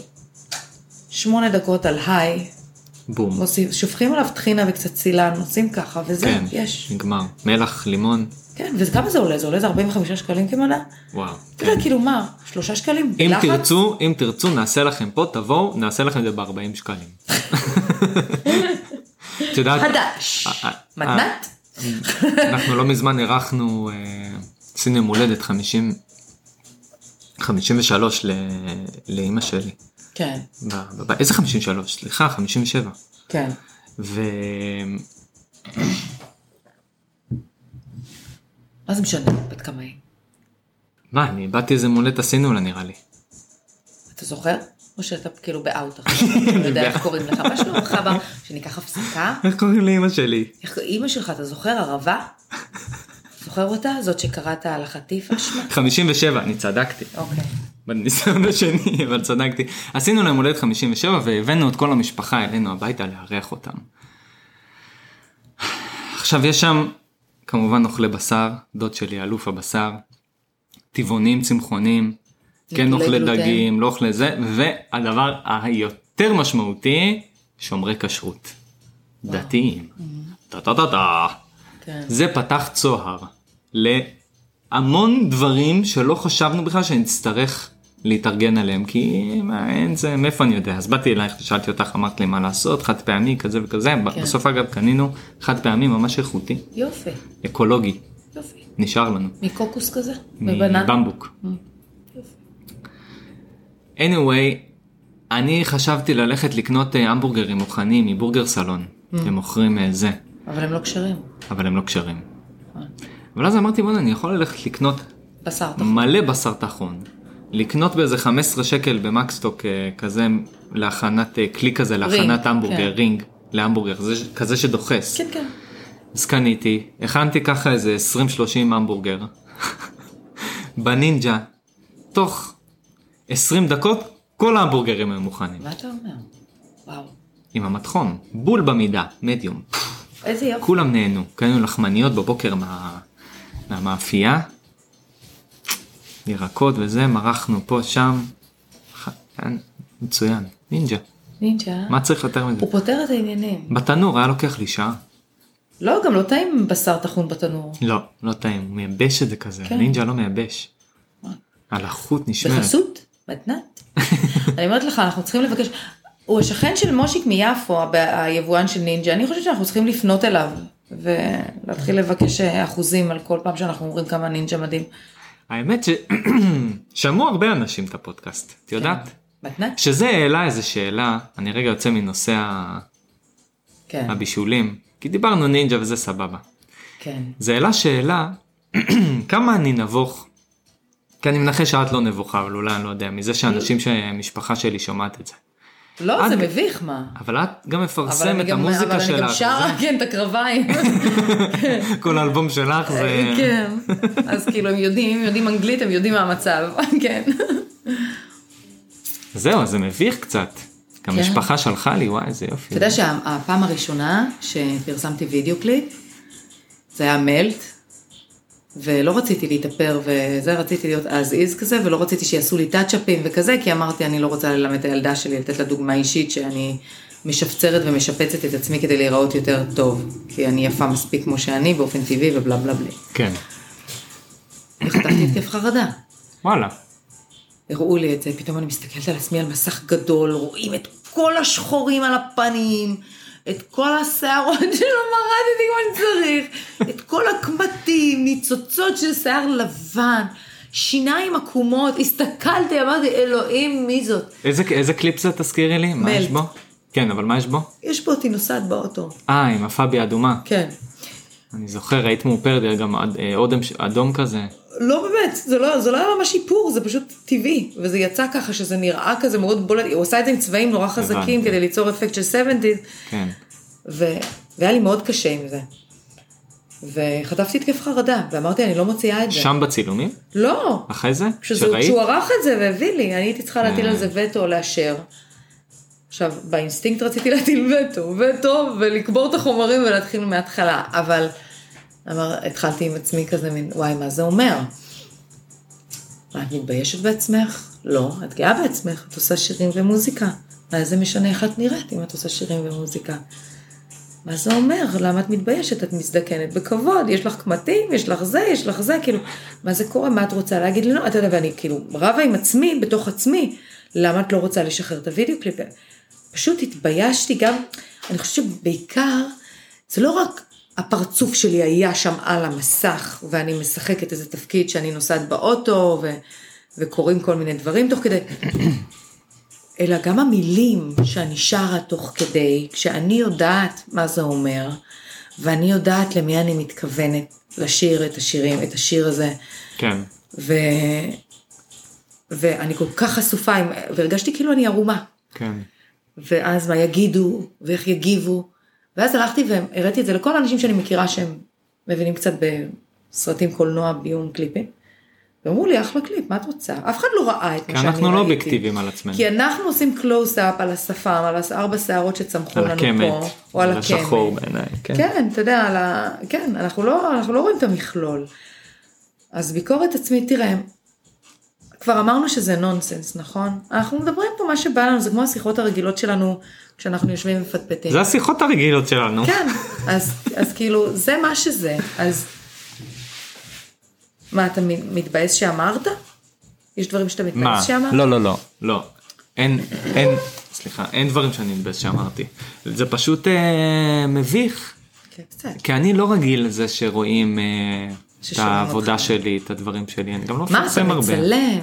D: שמונה דקות על היי,
C: בום.
D: מוסיף- שופכים עליו טחינה וקצת סילן, עושים ככה, וזהו,
C: כן,
D: יש.
C: נגמר. מלח, לימון,
D: כן, וכמה זה עולה? זה עולה איזה 45 שקלים כמנה?
C: וואו. כן.
D: אתה יודע, כאילו מה, שלושה שקלים?
C: אם
D: בלחץ?
C: תרצו, אם תרצו, נעשה לכם פה, תבואו, נעשה לכם את זה ב-40 שקלים. את יודעת,
E: חדש.
C: אה, אה,
D: מתנת?
C: אנחנו לא מזמן אירחנו, אה, עשינו יום הולדת 50, 53 ל- לאימא שלי.
D: כן,
C: ב- ב- איזה 53? סליחה, 57.
D: כן.
C: ו...
D: מה זה משנה? בת כמה היא?
C: מה, אני באתי איזה מולדת עשינו לה נראה לי.
D: אתה זוכר? או שאתה כאילו באאוט עכשיו? אתה יודע איך קוראים לך? מה שלומך? בר? שניקח הפסקה?
C: איך קוראים לאימא שלי?
D: איך אימא שלך, אתה זוכר? ערבה? זוכר אותה? זאת שקראת על החטיפה שמה?
C: 57, אני צדקתי.
D: אוקיי.
C: בניסיון השני, אבל צדקתי. עשינו להם הולדת 57 והבאנו את כל המשפחה אלינו הביתה לארח אותם. עכשיו יש שם כמובן אוכלי בשר, דוד שלי אלוף הבשר, טבעונים, צמחונים, כן
D: נטולי
C: אוכלי
D: גלוטן.
C: דגים, לא אוכלי זה, והדבר היותר משמעותי, שומרי כשרות. דתיים. טה טה טה טה.
D: כן.
C: זה פתח צוהר להמון דברים שלא חשבנו בכלל שנצטרך להתארגן עליהם כי מה, אין זה מאיפה אני יודע אז באתי אלייך שאלתי אותך אמרת לי מה לעשות חד פעמי כזה וכזה
D: כן.
C: כן. בסוף אגב קנינו חד פעמי ממש איכותי
D: יופי,
C: אקולוגי
D: יופי.
C: נשאר לנו
D: מקוקוס כזה? מבננה?
C: מבמבוק. anyway אני חשבתי ללכת לקנות אה, המבורגרים מוכנים מבורגר סלון הם מוכרים אה, זה
D: אבל הם לא כשרים.
C: אבל הם לא כשרים. אבל אז אמרתי בוא'נה אני יכול ללכת לקנות
D: בשר טוב.
C: מלא בשר טחון. לקנות באיזה 15 שקל במקסטוק אה, כזה להכנת אה, כלי כזה להכנת המבורגר
D: כן.
C: רינג להמבורגר זה ש- כזה שדוחס
D: כן, כן.
C: אז קניתי הכנתי ככה איזה 20-30 המבורגר בנינג'ה תוך 20 דקות כל ההמבורגרים היו מוכנים
D: מה אתה אומר? וואו.
C: עם המטחון בול במידה מדיום
D: איזה יופי.
C: כולם נהנו קנינו לחמניות בבוקר מה... מהמאפייה ירקות וזה מרחנו פה שם ח- כן, מצוין נינג'ה
D: נינג'ה. אה?
C: מה צריך יותר מזה
D: הוא פותר את העניינים.
C: בתנור היה לוקח לי שעה
D: לא, גם לא טעים בשר טחון בתנור.
C: לא לא טעים הוא מייבש את זה כזה
D: כן.
C: נינג'ה לא מייבש הלחות נשמרת
D: בחסות? מתנת? אני אומרת לך, אנחנו צריכים לבקש... הוא השכן של מושיק מיפו, הב- היבואן של נינג'ה, אני חושבת שאנחנו צריכים לפנות אליו ולהתחיל לבקש אה, אחוזים על כל פעם שאנחנו אומרים כמה נינג'ה מדהים.
C: האמת ששמעו הרבה אנשים את הפודקאסט את יודעת
D: מתנת?
C: שזה העלה איזה שאלה אני רגע יוצא מנושא ה-
D: כן,
C: הבישולים כי דיברנו נינג'ה וזה סבבה.
D: כן.
C: זה העלה שאלה, כמה אני נבוך? כי אני מנחש שאת לא נבוכה, אבל אולי אני לא יודע, מזה שאנשים שהמשפחה שלי שומעת את זה.
D: לא,
C: את-
D: זה מביך, מה?
C: אבל את גם
D: אבל אני
C: מפרסמת,
D: גם- אבל
C: המוזיקה
D: אני גם
C: שלך,
D: שרה, כן, את הקרביים.
C: זה- כל האלבום שלך זה...
D: כן. אז כאילו, הם יודעים, הם יודעים אנגלית, הם יודעים מה המצב. כן.
C: זהו, אז זה מביך קצת. גם
D: כן.
C: המשפחה שלחה לי, וואי, איזה יופי.
D: אתה יודע שהפעם הראשונה שפרסמתי וידאו קליפ, זה היה מלט, ולא רציתי להתאפר וזה, רציתי להיות אז איז כזה, ולא רציתי שיעשו לי טאצ'אפים וכזה, כי אמרתי, אני לא רוצה ללמד את הילדה שלי, לתת לה דוגמה אישית שאני משפצרת ומשפצת את עצמי כדי להיראות יותר טוב, כי אני יפה מספיק כמו שאני באופן טבעי ובלה בלה בלה.
C: כן.
D: וחטפתי התקף חרדה.
C: וואלה.
D: הראו לי את זה, פתאום אני מסתכלת על עצמי על מסך גדול, רואים את כל השחורים על הפנים, את כל השערות שלא מרדתי כמו שצריך, את כל הקמטים, ניצוצות של שיער לבן, שיניים עקומות, הסתכלתי, אמרתי, אלוהים, מי זאת?
C: איזה, איזה קליפ זה תזכירי לי? מה
D: מלט.
C: יש בו? כן, אבל מה יש בו?
D: יש פה אותי נוסעת באוטו.
C: אה, עם הפאבי האדומה.
D: כן.
C: אני זוכר, היית מאופרת, היה גם אד- אה, אודם ש- אדום כזה.
D: לא באמת, זה לא, זה לא היה ממש איפור, זה פשוט טבעי, וזה יצא ככה שזה נראה כזה מאוד בולט, הוא עשה את זה עם צבעים נורא חזקים
C: הבנתי.
D: כדי ליצור אפקט של 70's,
C: כן.
D: ו... והיה לי מאוד קשה עם זה. וחטפתי התקף חרדה, ואמרתי, אני לא מוציאה את זה.
C: שם בצילומים?
D: לא,
C: אחרי זה?
D: שזה- שהוא ערך את זה והביא לי, אני הייתי צריכה להטיל על זה וטו, לאשר. עכשיו, באינסטינקט רציתי להטיל וטו, וטו, ולקבור את החומרים ולהתחיל מההתחלה, אבל אמר, התחלתי עם עצמי כזה מין, וואי, מה זה אומר? מה, את מתביישת בעצמך? לא, את גאה בעצמך, את עושה שירים ומוזיקה. מה זה משנה איך את נראית אם את עושה שירים ומוזיקה? מה זה אומר? למה את מתביישת? את מזדקנת בכבוד, יש לך קמטים, יש לך זה, יש לך זה, כאילו, מה זה קורה? מה את רוצה להגיד לי? לא, אתה יודע, ואני כאילו רבה עם עצמי, בתוך עצמי, למה את לא רוצה לשחרר את הוידאו קליפ? פשוט התביישתי גם, אני חושבת שבעיקר, זה לא רק הפרצוף שלי היה שם על המסך, ואני משחקת איזה תפקיד שאני נוסעת באוטו, ו... וקורים כל מיני דברים תוך כדי, אלא גם המילים שאני שרה תוך כדי, כשאני יודעת מה זה אומר, ואני יודעת למי אני מתכוונת לשיר את השירים, את השיר הזה,
C: כן.
D: ו... ואני כל כך חשופה, עם- והרגשתי כאילו אני ערומה.
C: כן.
D: ואז מה יגידו, ואיך יגיבו. ואז הלכתי והראיתי את זה לכל האנשים שאני מכירה שהם מבינים קצת בסרטים קולנוע, ביום קליפים. ואמרו לי, אחלה קליפ, מה את רוצה? אף אחד לא ראה את
C: כי
D: מה שאני ראיתי.
C: אנחנו לא אובייקטיביים על עצמנו.
D: כי אנחנו עושים קלוז-אפ על השפם, על ארבע שערות שצמחו
C: על
D: לנו
C: הקמת.
D: פה. או על
C: על השחור
D: הקמת.
C: בעיניי. כן.
D: כן, אתה יודע, על ה... כן, אנחנו לא, אנחנו לא רואים את המכלול. אז ביקורת עצמית, תראה, כבר אמרנו שזה נונסנס, נכון? אנחנו מדברים פה מה שבא לנו, זה כמו השיחות הרגילות שלנו כשאנחנו יושבים ומפטפטים.
C: זה השיחות הרגילות שלנו.
D: כן, אז, אז כאילו, זה מה שזה. אז מה, אתה מ- מתבאס שאמרת? יש דברים שאתה
C: מה?
D: מתבאס שאמרת?
C: לא, לא, לא. לא. אין, אין, סליחה, אין דברים שאני מתבאס שאמרתי. זה פשוט אה, מביך,
D: כן, קצת.
C: כי אני לא רגיל לזה שרואים אה, את
D: ששומעים
C: העבודה
D: אותך.
C: שלי, את הדברים שלי, אני גם לא
D: מה, אתה
C: מפרסם הרבה.
D: מצלם?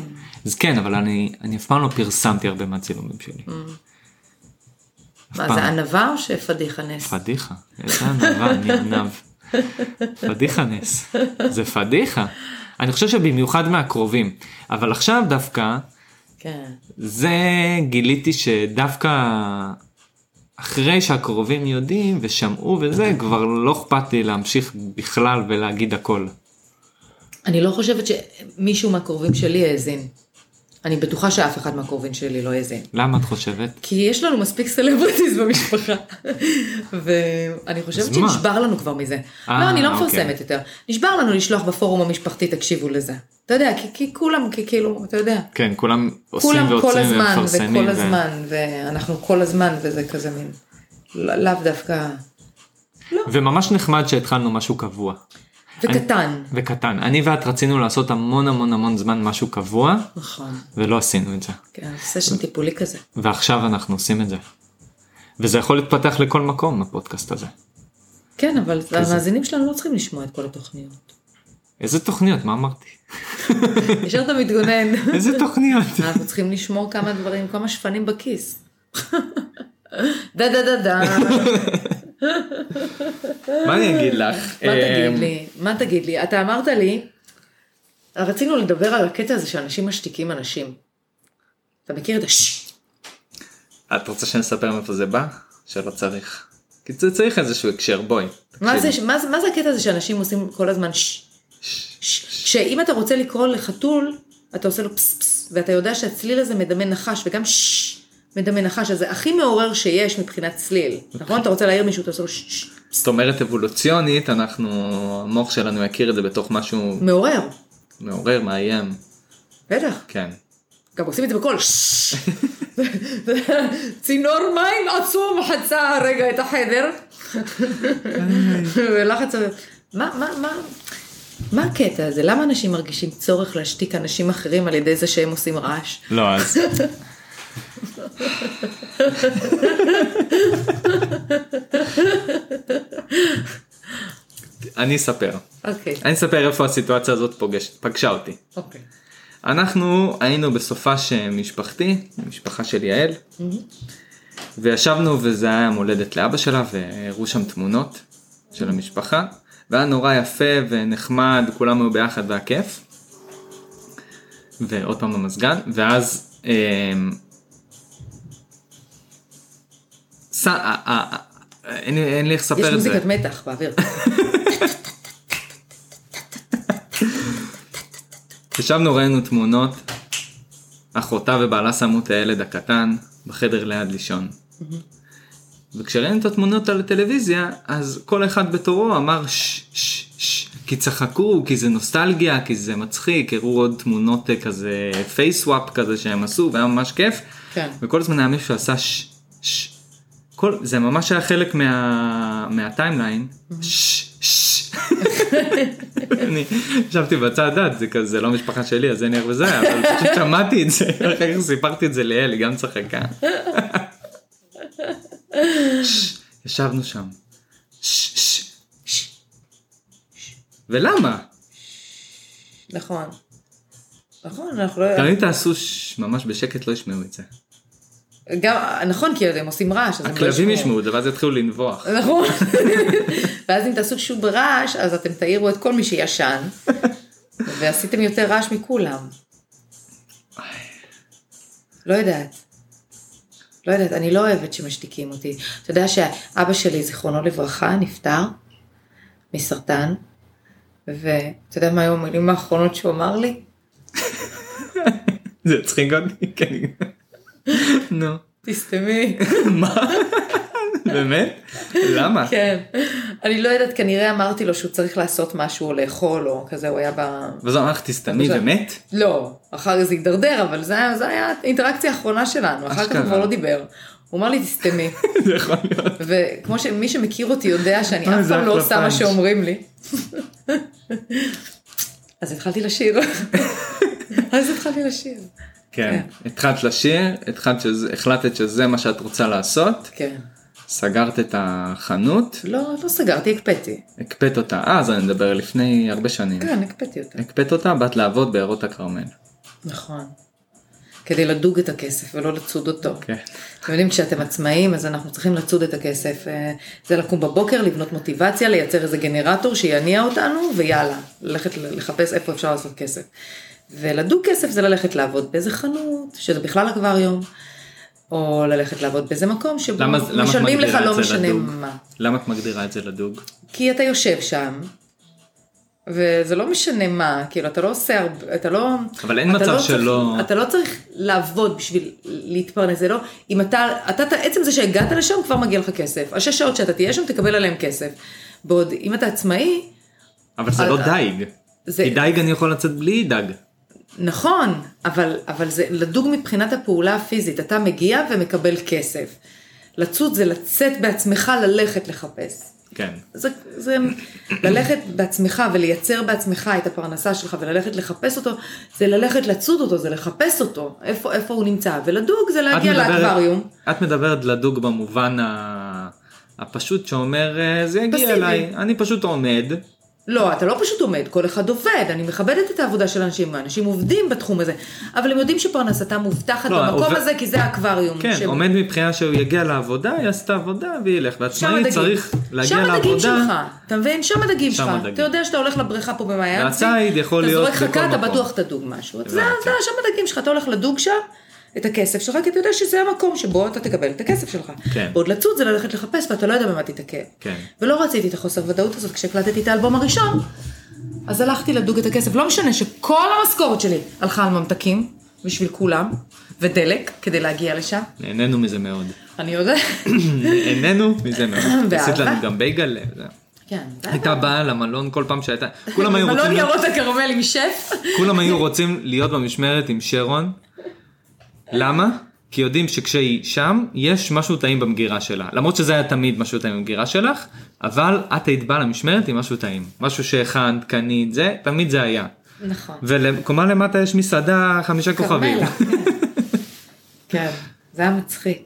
C: אז כן, אבל אני, אני אף פעם לא פרסמתי הרבה מהצילומים שלי. אף
D: מה,
C: פעם.
D: זה ענווה או שפדיחה נס?
C: פדיחה, איזה ענווה, אני ענב. פדיחה נס, זה פדיחה. אני חושב שבמיוחד מהקרובים, אבל עכשיו דווקא,
D: כן.
C: זה גיליתי שדווקא אחרי שהקרובים יודעים ושמעו וזה, כבר לא אכפת לי להמשיך בכלל ולהגיד הכל.
D: אני לא חושבת שמישהו מהקרובים שלי האזין. אני בטוחה שאף אחד מהקרובים שלי לא האזין.
C: למה את חושבת?
D: כי יש לנו מספיק סלברטיז במשפחה. ואני חושבת
C: אז מה?
D: שנשבר לנו כבר מזה.
C: אה,
D: לא, אני לא
C: אוקיי.
D: מפרסמת יותר. נשבר לנו לשלוח בפורום המשפחתי, תקשיבו לזה. אתה יודע, כי- כי כולם, כי כאילו, אתה יודע.
C: כן, כולם עושים
D: כולם כל
C: ועוצרים
D: הזמן,
C: ומפרסמים.
D: וכל
C: ו-
D: הזמן, ואנחנו כל הזמן, וזה כזה מין, לא- לאו דווקא,
C: וממש נחמד שהתחלנו משהו קבוע.
D: וקטן.
C: וקטן. אני ואת רצינו לעשות המון המון המון זמן משהו קבוע,
D: נכון.
C: ולא עשינו את זה.
D: כן, סשן טיפולי כזה.
C: ועכשיו אנחנו עושים את זה. וזה יכול להתפתח לכל מקום, הפודקאסט הזה.
D: כן, אבל המאזינים שלנו לא צריכים לשמוע את כל התוכניות.
C: איזה תוכניות, מה אמרתי?
D: ישר אתה מתגונן.
C: איזה תוכניות?
D: אנחנו צריכים לשמור כמה דברים, כמה שפנים בכיס. דה דה דה דה,
C: מה אני אגיד לך?
D: מה תגיד
C: אמ,
D: לי? מה תגיד לי? אתה אמרת לי, רצינו לדבר על הקטע הזה שאנשים משתיקים אנשים. אתה מכיר את השש?
C: אמ, את רוצה שנספר מאיפה זה בא? שלא צריך. כי זה צריך איזשהו הקשר, בואי.
D: מה זה,
C: תקשיבי.
D: מה, זה- מה זה הקטע הזה שאנשים עושים כל הזמן שש? שש. שאם אתה רוצה לקרוא לחתול, אתה עושה לו פס פס, ואתה יודע שהצליל הזה מדמה נחש, וגם שש מדמה נחש, אז זה הכי מעורר שיש מבחינת צליל, נכון? אתה רוצה להעיר מישהו, אתה עושה לו שש, שש.
C: זאת אומרת אבולוציונית, אנחנו, המוח שלנו יכיר את זה בתוך משהו
D: מעורר,
C: מעורר, מאיים,
D: בטח.
C: כן.
D: גם עושים את זה בקול. צינור מים עצום חצה הרגע את החדר. ולחץ... ה- מה, מה, מה, מה הקטע הזה? למה אנשים מרגישים צורך להשתיק אנשים אחרים על ידי זה שהם עושים רעש?
C: לא, אז... אני אספר.
D: אוקיי,
C: אני אספר איפה הסיטואציה הזאת פוגשת, פגשה אותי.
D: אוקיי.
C: אנחנו היינו בסופה משפחתי, המשפחה של יעל, וישבנו וזה היה יום הולדת לאבא שלה והראו שם תמונות של המשפחה, והיה נורא יפה ונחמד, כולם היו ביחד והיה כיף. ועוד פעם המזגן, ואז אמ, ס- אה, אה, אה, אין לי- אין לי איך
D: יש
C: לספר את זה.
D: מוזיקת מתח באוויר.
C: ישבנו ראינו תמונות, אחותה ובעלה שמו את הילד הקטן בחדר ליד לישון. וכשראינו את התמונות על הטלוויזיה, אז כל אחד בתורו אמר ש, ש, ש, כי צחקו, כי זה נוסטלגיה, כי זה מצחיק, הראו עוד תמונות אה, כזה פייסוואפ כזה שהם עשו, והיה ממש כיף.
D: כן.
C: וכל הזמן היה מישהו שעשה ש, ש, כל, זה ממש היה חלק מה, מהטיימליין. שש, שש. אני ישבתי בצד דת, זה כזה לא משפחה שלי אז אין לי הרבה זה, אבל פשוט שמעתי את זה, אחר כך סיפרתי את זה ליעל, היא גם צחקה. שש, ישבנו שם. שש, שש, שש. ולמה?
D: נכון. נכון, אנחנו לא...
C: גם אם תעשו שש, ממש בשקט לא ישמעו את זה.
D: גם, נכון, כי הם עושים רעש, אז הם לא
C: הכלבים ישמעו את זה ואז יתחילו לנבוח.
D: נכון. ואז אם תעשו שוב ברעש, אז אתם תעירו את כל מי שישן, ועשיתם יותר רעש מכולם. לא יודעת. לא יודעת, אני לא אוהבת שמשתיקים אותי. אתה יודע שאבא שלי, זיכרונו לברכה, נפטר מסרטן, ואתה יודע מה היו המילים האחרונות שהוא אמר לי?
C: זה הצחיק אותי, כן. נו.
D: תסתמי.
C: מה? באמת? למה?
D: כן. אני לא יודעת, כנראה אמרתי לו שהוא צריך לעשות משהו או לאכול או כזה, הוא היה ב...
C: ואז הוא אמר לך תסתמי
D: עכשיו-
C: ומת?
D: לא, אחר זה הידרדר, אבל זה היה- זה היה האינטראקציה האחרונה שלנו, אחר כך הוא
C: אשכרה.
D: כבר לא דיבר. הוא אמר לי תסתמי,
C: זה יכול להיות.
D: וכמו שמי שמכיר אותי יודע שאני
C: אה,
D: אף
C: זה
D: פעם לא
C: אחלה
D: עושה מה
C: פאנץ'.
D: שאומרים לי. אז התחלתי לשיר. אז התחלתי לשיר.
C: כן. התחלת לשיר, התחלת שזה- החלטת שזה מה שאת רוצה לעשות,
D: כן.
C: סגרת את החנות,
D: לא, לא סגרתי, הקפאתי.
C: הקפאת אותה אה, אז, אני מדבר לפני הרבה שנים.
D: כן, הקפאתי אותה.
C: הקפאת אותה, באת לעבוד בעיירות הכרמל.
D: נכון. כדי לדוג את הכסף ולא לצוד אותו.
C: כן.
D: אתם יודעים, כשאתם עצמאים, אז אנחנו צריכים לצוד את הכסף. אה, זה לקום בבוקר, לבנות מוטיבציה, לייצר איזה גנרטור שיניע אותנו, ויאללה, ללכת ל- לחפש איפה אפשר לעשות כסף. ולדוג כסף זה ללכת לעבוד באיזה חנות, שזה בכלל אקווריום, או ללכת לעבוד באיזה מקום שבו
C: למה למה את
D: משלמים לך
C: מגדירה
D: לא
C: את זה
D: משנה
C: לדוג?
D: מה.
C: למה את מגדירה את זה לדוג?
D: כי אתה יושב שם, וזה לא משנה מה, כאילו אתה לא עושה הרבה, אתה לא...
C: אבל אין
D: אתה
C: מצב
D: לא צריך-
C: שלא-
D: אתה לא צריך לעבוד בשביל להתפרנס, זה לא... אם אתה, אתה, אתה, עצם זה שהגעת לשם כבר מגיע לך כסף. השש שעות שאתה תהיה שם תקבל עליהם כסף. בעוד אם אתה עצמאי,
C: אבל זה לא
D: אה,
C: דייג.
D: זה-
C: כי דייג אני יכול לצאת בלי דג.
D: נכון, אבל, אבל זה לדוג מבחינת הפעולה הפיזית, אתה מגיע ומקבל כסף. לצוד זה לצאת בעצמך ללכת לחפש.
C: כן.
D: זה, זה ללכת בעצמך ולייצר בעצמך את הפרנסה שלך וללכת לחפש אותו, זה ללכת לצוד אותו, זה לחפש אותו, איפה, איפה הוא נמצא, ולדוג זה
C: את
D: להגיע
C: מדברת-
D: לאקווריום.
C: את מדברת לדוג במובן ה- הפשוט שאומר "אה, זה יגיע
D: פסיבי.
C: אליי, אני פשוט עומד,
D: לא, אתה לא פשוט עומד, כל אחד עובד, אני מכבדת את העבודה של אנשים, אנשים עובדים בתחום הזה, אבל הם יודעים שפרנסתם מובטחת
C: לא,
D: במקום
C: עובד-
D: הזה, כי זה האקווריום.
C: כן,
D: ש-
C: עומד מבחינה שהוא יגיע לעבודה, יעשה את העבודה וילך,
D: שם
C: ועצמאי
D: הדגים.
C: צריך
D: שם
C: להגיע
D: הדגים
C: לעבודה,
D: שלך, אתה מבין? שם הדגים
C: שם
D: שלך.
C: הדגים.
D: אתה יודע שאתה הולך לבריכה פה במעיין.
C: והציד יכול להיות
D: אתה זורק
C: בכל
D: חכה, אתה
C: מקום.
D: בטוח תדוג משהו. זה, זה
C: הבנתי.
D: שם הדגים שלך, אתה הולך לדוג שם. את הכסף שלך, כי אתה יודע שזה המקום שבו אתה תקבל את הכסף שלך.
C: כן.
D: ועוד לצוד זה ללכת לחפש, ואתה לא יודע במה תיתקל.
C: כן.
D: ולא רציתי את החוסר ודאות הזאת כשהקלטתי את האלבום הראשון, אז הלכתי לדוג את הכסף. לא משנה שכל המשכורת שלי הלכה על ממתקים, בשביל כולם, ודלק, כדי להגיע לשם.
C: נהנינו מזה מאוד,
D: אני יודעת.
C: נהנינו מזה מאוד,
D: באהבה.
C: עשית לנו גם בייגל, אה, זה-
D: כן, די.
C: הייתה באה למלון כל פעם שהייתה, כולם היו רוצים
D: מלון
C: להיות-
D: יערות הכרמל עם שף.
C: כולם היו רוצים להיות במשמרת עם שרון. למה? כי יודעים שכשהיא שם, יש משהו טעים במגירה שלה. למרות שזה היה תמיד משהו טעים במגירה שלך, אבל את היית באה למשמרת עם משהו טעים. משהו שהכנת, קנית, זה, תמיד זה היה.
D: נכון.
C: ולקומה למטה יש מסעדה חמישה כוכבים.
D: כרמלה, כן, זה היה מצחיק.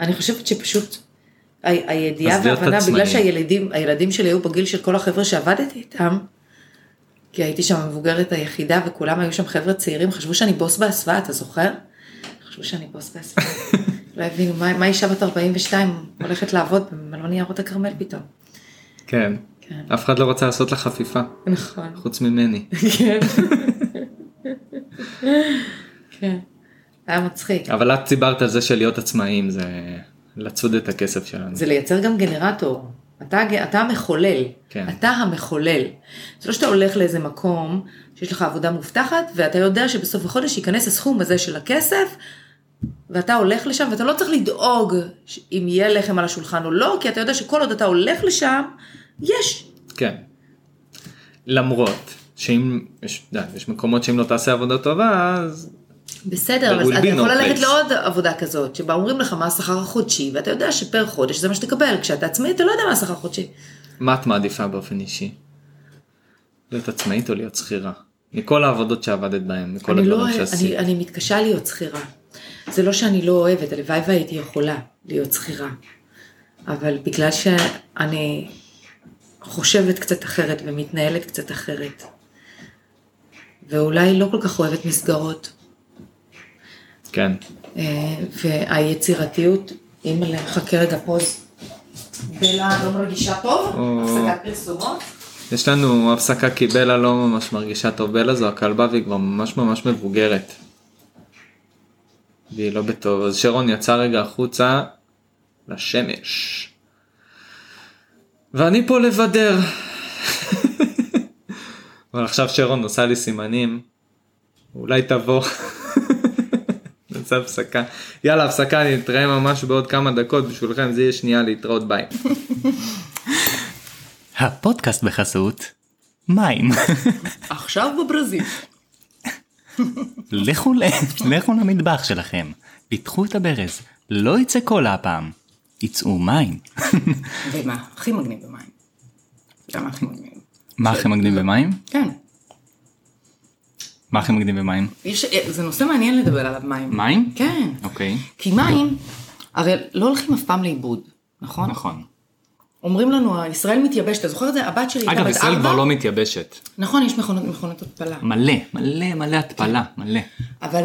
D: אני חושבת שפשוט ה- הידיעה
C: אז להיות
D: וההבנה, בגלל
C: עצמאי.
D: שהילדים הילדים שלי היו בגיל של כל החבר'ה שעבדתי איתם, כי הייתי שם המבוגרת היחידה וכולם היו שם חבר'ה צעירים, חשבו שאני בוס בהסוואה, אתה זוכר? חשבו שאני בוס בהסוואה. לא הבינו, מה מה אישה בת 42 הולכת לעבוד במלון יערות הכרמל פתאום.
C: כן.
D: כן.
C: אף אחד לא רוצה לעשות לך חפיפה,
D: נכון.
C: חוץ ממני.
D: כן. כן. היה מצחיק.
C: אבל את דיברת על זה שלהיות עצמאים זה לצוד את הכסף שלנו.
D: זה לייצר גם גנרטור. אתה, הג- אתה המחולל.
C: כן.
D: אתה המחולל. זה לא שאתה הולך לאיזה מקום שיש לך עבודה מובטחת, ואתה יודע שבסוף החודש ייכנס הסכום הזה של הכסף, ואתה הולך לשם, ואתה לא צריך לדאוג ש- אם יהיה לחם על השולחן או לא, כי אתה יודע שכל עוד אתה הולך לשם, יש.
C: כן. למרות שאם יש, אתה יודע, יש מקומות שאם לא תעשה עבודה טובה אז
F: בסדר,
G: There will
F: אבל אתה
G: be no
F: יכול ללכת
G: place.
F: לעוד עבודה כזאת, שבה אומרים לך מה השכר החודשי, ואתה יודע שפר חודש זה מה שתקבל, כשאתה עצמאי אתה לא יודע מה השכר החודשי.
G: מה את מעדיפה באופן אישי? להיות עצמאית או להיות שכירה? מכל העבודות שעבדת בהן, מכל
F: אני, לא,
G: הדברים
F: אוהב-
G: שעשית.
F: אני, אני מתקשה להיות שכירה. זה לא שאני לא אוהבת, הלוואי והייתי יכולה להיות שכירה. אבל בגלל שאני חושבת קצת אחרת ומתנהלת קצת אחרת, ואולי לא כל כך אוהבת מסגרות,
G: כן.
F: אה, והיצירתיות, אימא'לה, חכה רגע פוז. בלה לא מרגישה טוב?
G: או.
F: הפסקת פרסומות?
G: יש לנו הפסקה כי בלה לא ממש מרגישה טוב, בלה זו הכלבה והיא כבר ממש ממש מבוגרת. והיא לא בטוב, אז שרון יצא רגע החוצה לשמש. ואני פה לבדר. אבל עכשיו שרון עושה לי סימנים, אולי תבוא. נעשה הפסקה. יאללה הפסקה, נתראה ממש בעוד כמה דקות בשבילכם, זה יהיה שנייה להתראות ביי. הפודקאסט בחסות מים.
F: עכשיו בברזיל.
C: לכו, ל- לכו למטבח שלכם, פיתחו את הברז, לא יצא קולה הפעם, יצאו מים.
D: ומה הכי מגניב במים? למה הכי מגניב?
C: מה הכי מגניב במים?
D: כן.
C: מה הכי מגניב במים?
D: יש, אה, זה נושא מעניין לדבר עליו מים.
C: מים?
D: כן.
C: אוקיי.
D: כי מים, הרי לא הולכים אף פעם לאיבוד, נכון?
C: נכון.
D: אומרים לנו, ישראל מתייבש, אתה זוכר את זה? הבת שלי הייתה
G: אגב,
D: בת
G: ישראל
D: ארבע.
G: כבר לא מתייבשת.
D: נכון, יש מכונות, מכונות התפלה.
C: מלא, מלא, מלא התפלה, מלא.
D: אבל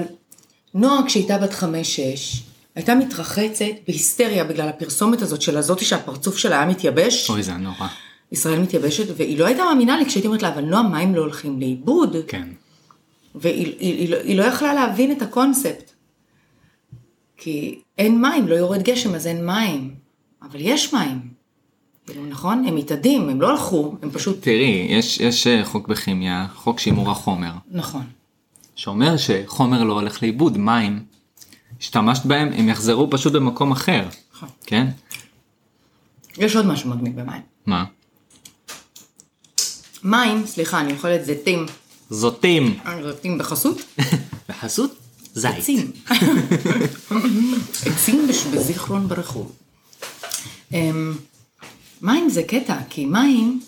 D: נועה כשהייתה בת חמש-שש, הייתה מתרחצת בהיסטריה בגלל הפרסומת הזאת של הזאתי שהפרצוף שלה היה מתייבש.
C: אוי, זה היה נורא.
D: ישראל מתייבשת, והיא לא הייתה מאמינה לי כשהייתי אומרת לה, אבל נועה, מים לא הולכים לאיבוד.
C: כן.
D: והיא היא, היא, לא- היא לא יכלה להבין את הקונספט. כי אין מים, לא יורד גשם אז אין מים. אבל יש מים. כאילו, נכון? הם מתאדים, הם לא הלכו, הם פשוט...
C: תראי, יש, יש אה, חוק בכימיה, חוק שימור החומר,
D: נכון.
C: שאומר שחומר לא הולך לאיבוד, מים, השתמשת בהם, הם יחזרו פשוט במקום אחר.
D: נכון.
C: כן?
D: יש עוד משהו מגניב במים.
C: מה?
D: מים, סליחה, אני אוכלת זיתים.
C: זוטים.
D: אה, זיתים בחסות?
C: בחסות? זית.
D: עצים. עצים בש- בזיכרון ברחוב. אמ, מים זה קטע, כי מים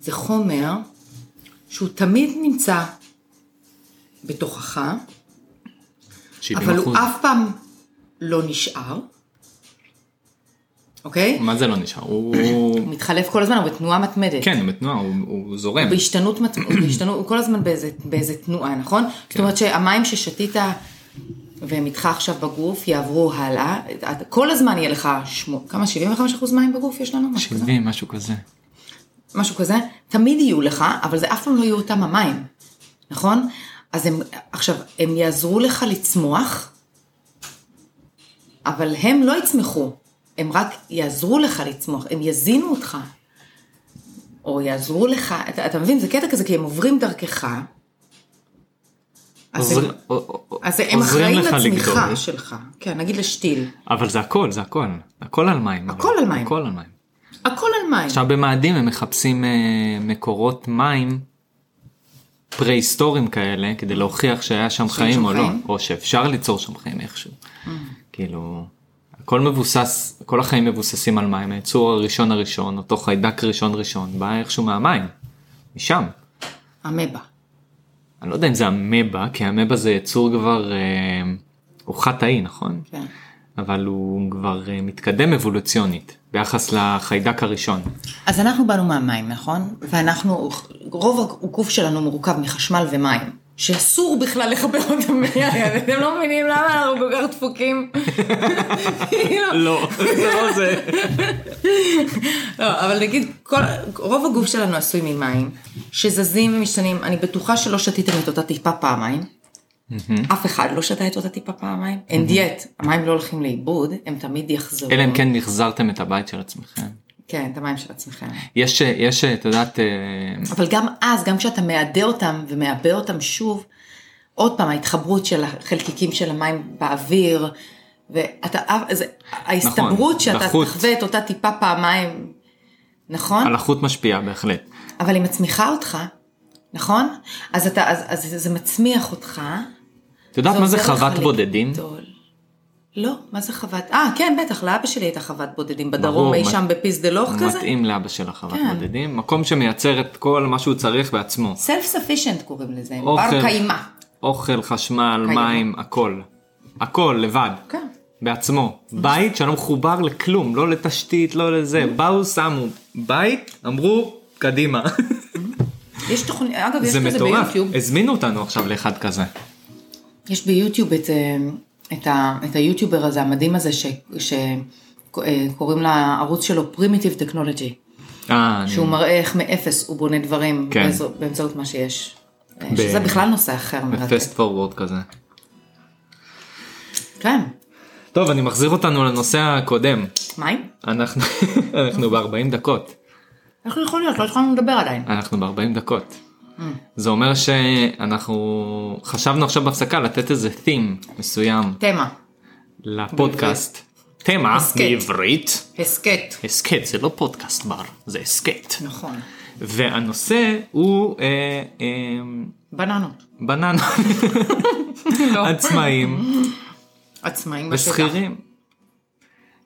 D: זה חומר שהוא תמיד נמצא בתוכך,
C: 70%.
D: אבל הוא אף פעם לא נשאר, אוקיי?
C: מה זה לא נשאר? הוא...
D: הוא מתחלף כל הזמן, הוא בתנועה מתמדת.
C: כן, הוא בתנועה, הוא- הוא זורם.
D: בהשתנות, מת- הוא בהשתנות, הוא כל הזמן באיזה, באיזה תנועה, נכון? זאת אומרת שהמים ששתית והם איתך עכשיו בגוף יעברו הלאה, אתה- כל הזמן יהיה לך שמו, כמה, 75% מים בגוף יש לנו? משהו כזה?
C: 70, משהו כזה.
D: משהו כזה, תמיד יהיו לך, אבל זה אף פעם לא יהיו אותם המים, נכון? אז הם, עכשיו, הם יעזרו לך לצמוח, אבל הם לא יצמחו, הם רק יעזרו לך לצמוח, הם יזינו אותך, או יעזרו לך, אתה, אתה מבין, זה קטע כזה, כי הם עוברים דרכך, אז הם,
G: עוזר- א- א- א-
D: אז הם
G: עוזרים
D: אחראים
G: לך
D: לצמיחה
G: לגדול.
D: שלך, כן, נגיד לשתיל,
G: אבל זה הכל, זה הכל. הכל על מים.
D: הכל
G: אבל.
D: על מים.
G: הכל על מים.
D: הכל על מים.
G: עכשיו במאדים הם מחפשים אה, מקורות מים
C: פרה-היסטוריים כאלה, כדי להוכיח שהיה שם חיים
D: שם
C: או לא,
D: חיים? אה.
C: או שאפשר ליצור שם חיים איכשהו. כאילו, הכל מבוסס, כל החיים מבוססים על מים, היצור הראשון הראשון, אותו חיידק ראשון ראשון, בא איכשהו מהמים, משם.
D: אמבה.
C: אני לא יודע אם זה אמבה, כי אמבה זה יצור כבר, אה, הוא חד-תאי, נכון?
D: כן.
C: אבל הוא כבר אה, מתקדם אבולוציונית ביחס לחיידק הראשון.
D: אז אנחנו באנו מהמים, נכון? ואנחנו, רוב הגוף שלנו מורכב מחשמל ומים, שאסור בכלל לחבר אותם ביחד. אתם לא מבינים למה אנחנו כל כך דפוקים? כאילו,
C: לא, זה לא זה.
D: לא, אבל נגיד, כל, רוב הגוף שלנו עשוי ממים, שזזים ומשתנים, אני בטוחה שלא שתיתם את אותה טיפה פעמיים. אף אחד לא שתה את אותה טיפה פעמיים. אין דיאט, המים לא הולכים לאיבוד, הם תמיד יחזרו.
C: אלא אם כן החזרתם את הבית של עצמכם.
D: כן, את המים של עצמכם.
C: יש, אה, יש, אה, את יודעת, אה,
D: אבל גם אז, גם כשאתה מעדה אותם ומעבה אותם שוב, עוד פעם ההתחברות של החלקיקים של המים באוויר, ואתה, זה,
C: נכון,
D: ההסתברות שאתה
C: בחוץ.
D: תחווה את אותה טיפה פעמיים, נכון?
C: הלחות משפיעה בהחלט.
D: אבל היא מצמיחה אותך, נכון? אז, אתה, אז, אז זה מצמיח אותך,
C: את יודעת מה זה
D: עוזר לך
C: חוות
D: לגדול.
C: בודדים?
D: לא, מה זה חוות? אה, כן, בטח, לאבא שלי הייתה חוות בודדים
C: ברור,
D: בדרום, אי
C: מת-
D: שם בפיס דה לוח כזה.
C: מתאים לאבא של החוות
D: כן.
C: בודדים, מקום שמייצר את כל מה שהוא צריך בעצמו.
D: סלף ספישנט קוראים לזה, בר
C: אוכל.
D: קיימא.
C: אוכל, חשמל,
D: קיים.
C: מים, הכל. הכל לבד.
D: כן.
C: בעצמו. בית שלא מחובר לכלום, לא לתשתית, לא לזה.
D: כן.
C: באו, שמו בית, אמרו, קדימה.
D: יש תוכנית, אגב, יש
C: זה
D: כזה
C: מטורף.
D: ביוטיוב.
C: הזמינו אותנו עכשיו לאחד כזה.
D: יש ביוטיוב את, אה, את, ה, את היוטיובר הזה, המדהים הזה, שקוראים לערוץ שלו Primitive Technology,
C: אה, אני-
D: שהוא מראה איך מאפס הוא בונה דברים
C: כן.
D: באמצעות- באמצעות מה שיש. אה, שזה בכלל נושא אחר לא מרתק.
C: בפסט פורוורד כזה.
D: כן.
C: טוב, אני מחזיר אותנו לנושא הקודם.
D: מים?
C: אנחנו אנחנו ב-40 דקות.
D: איך זה יכול להיות? לא התחלנו לדבר עדיין.
C: אנחנו ב-40 דקות. זה אומר שאנחנו חשבנו עכשיו בהפסקה לתת איזה theme מסוים
D: תמה,
C: לפודקאסט. תמה
D: הסכת.
C: בעברית.
D: הסכת.
C: הסכת זה לא פודקאסט בר, זה הסכת.
D: נכון.
C: והנושא הוא אה, אה,
D: בננות.
C: בננות עצמאים
D: עצמאים בשטח.
C: ושכירים.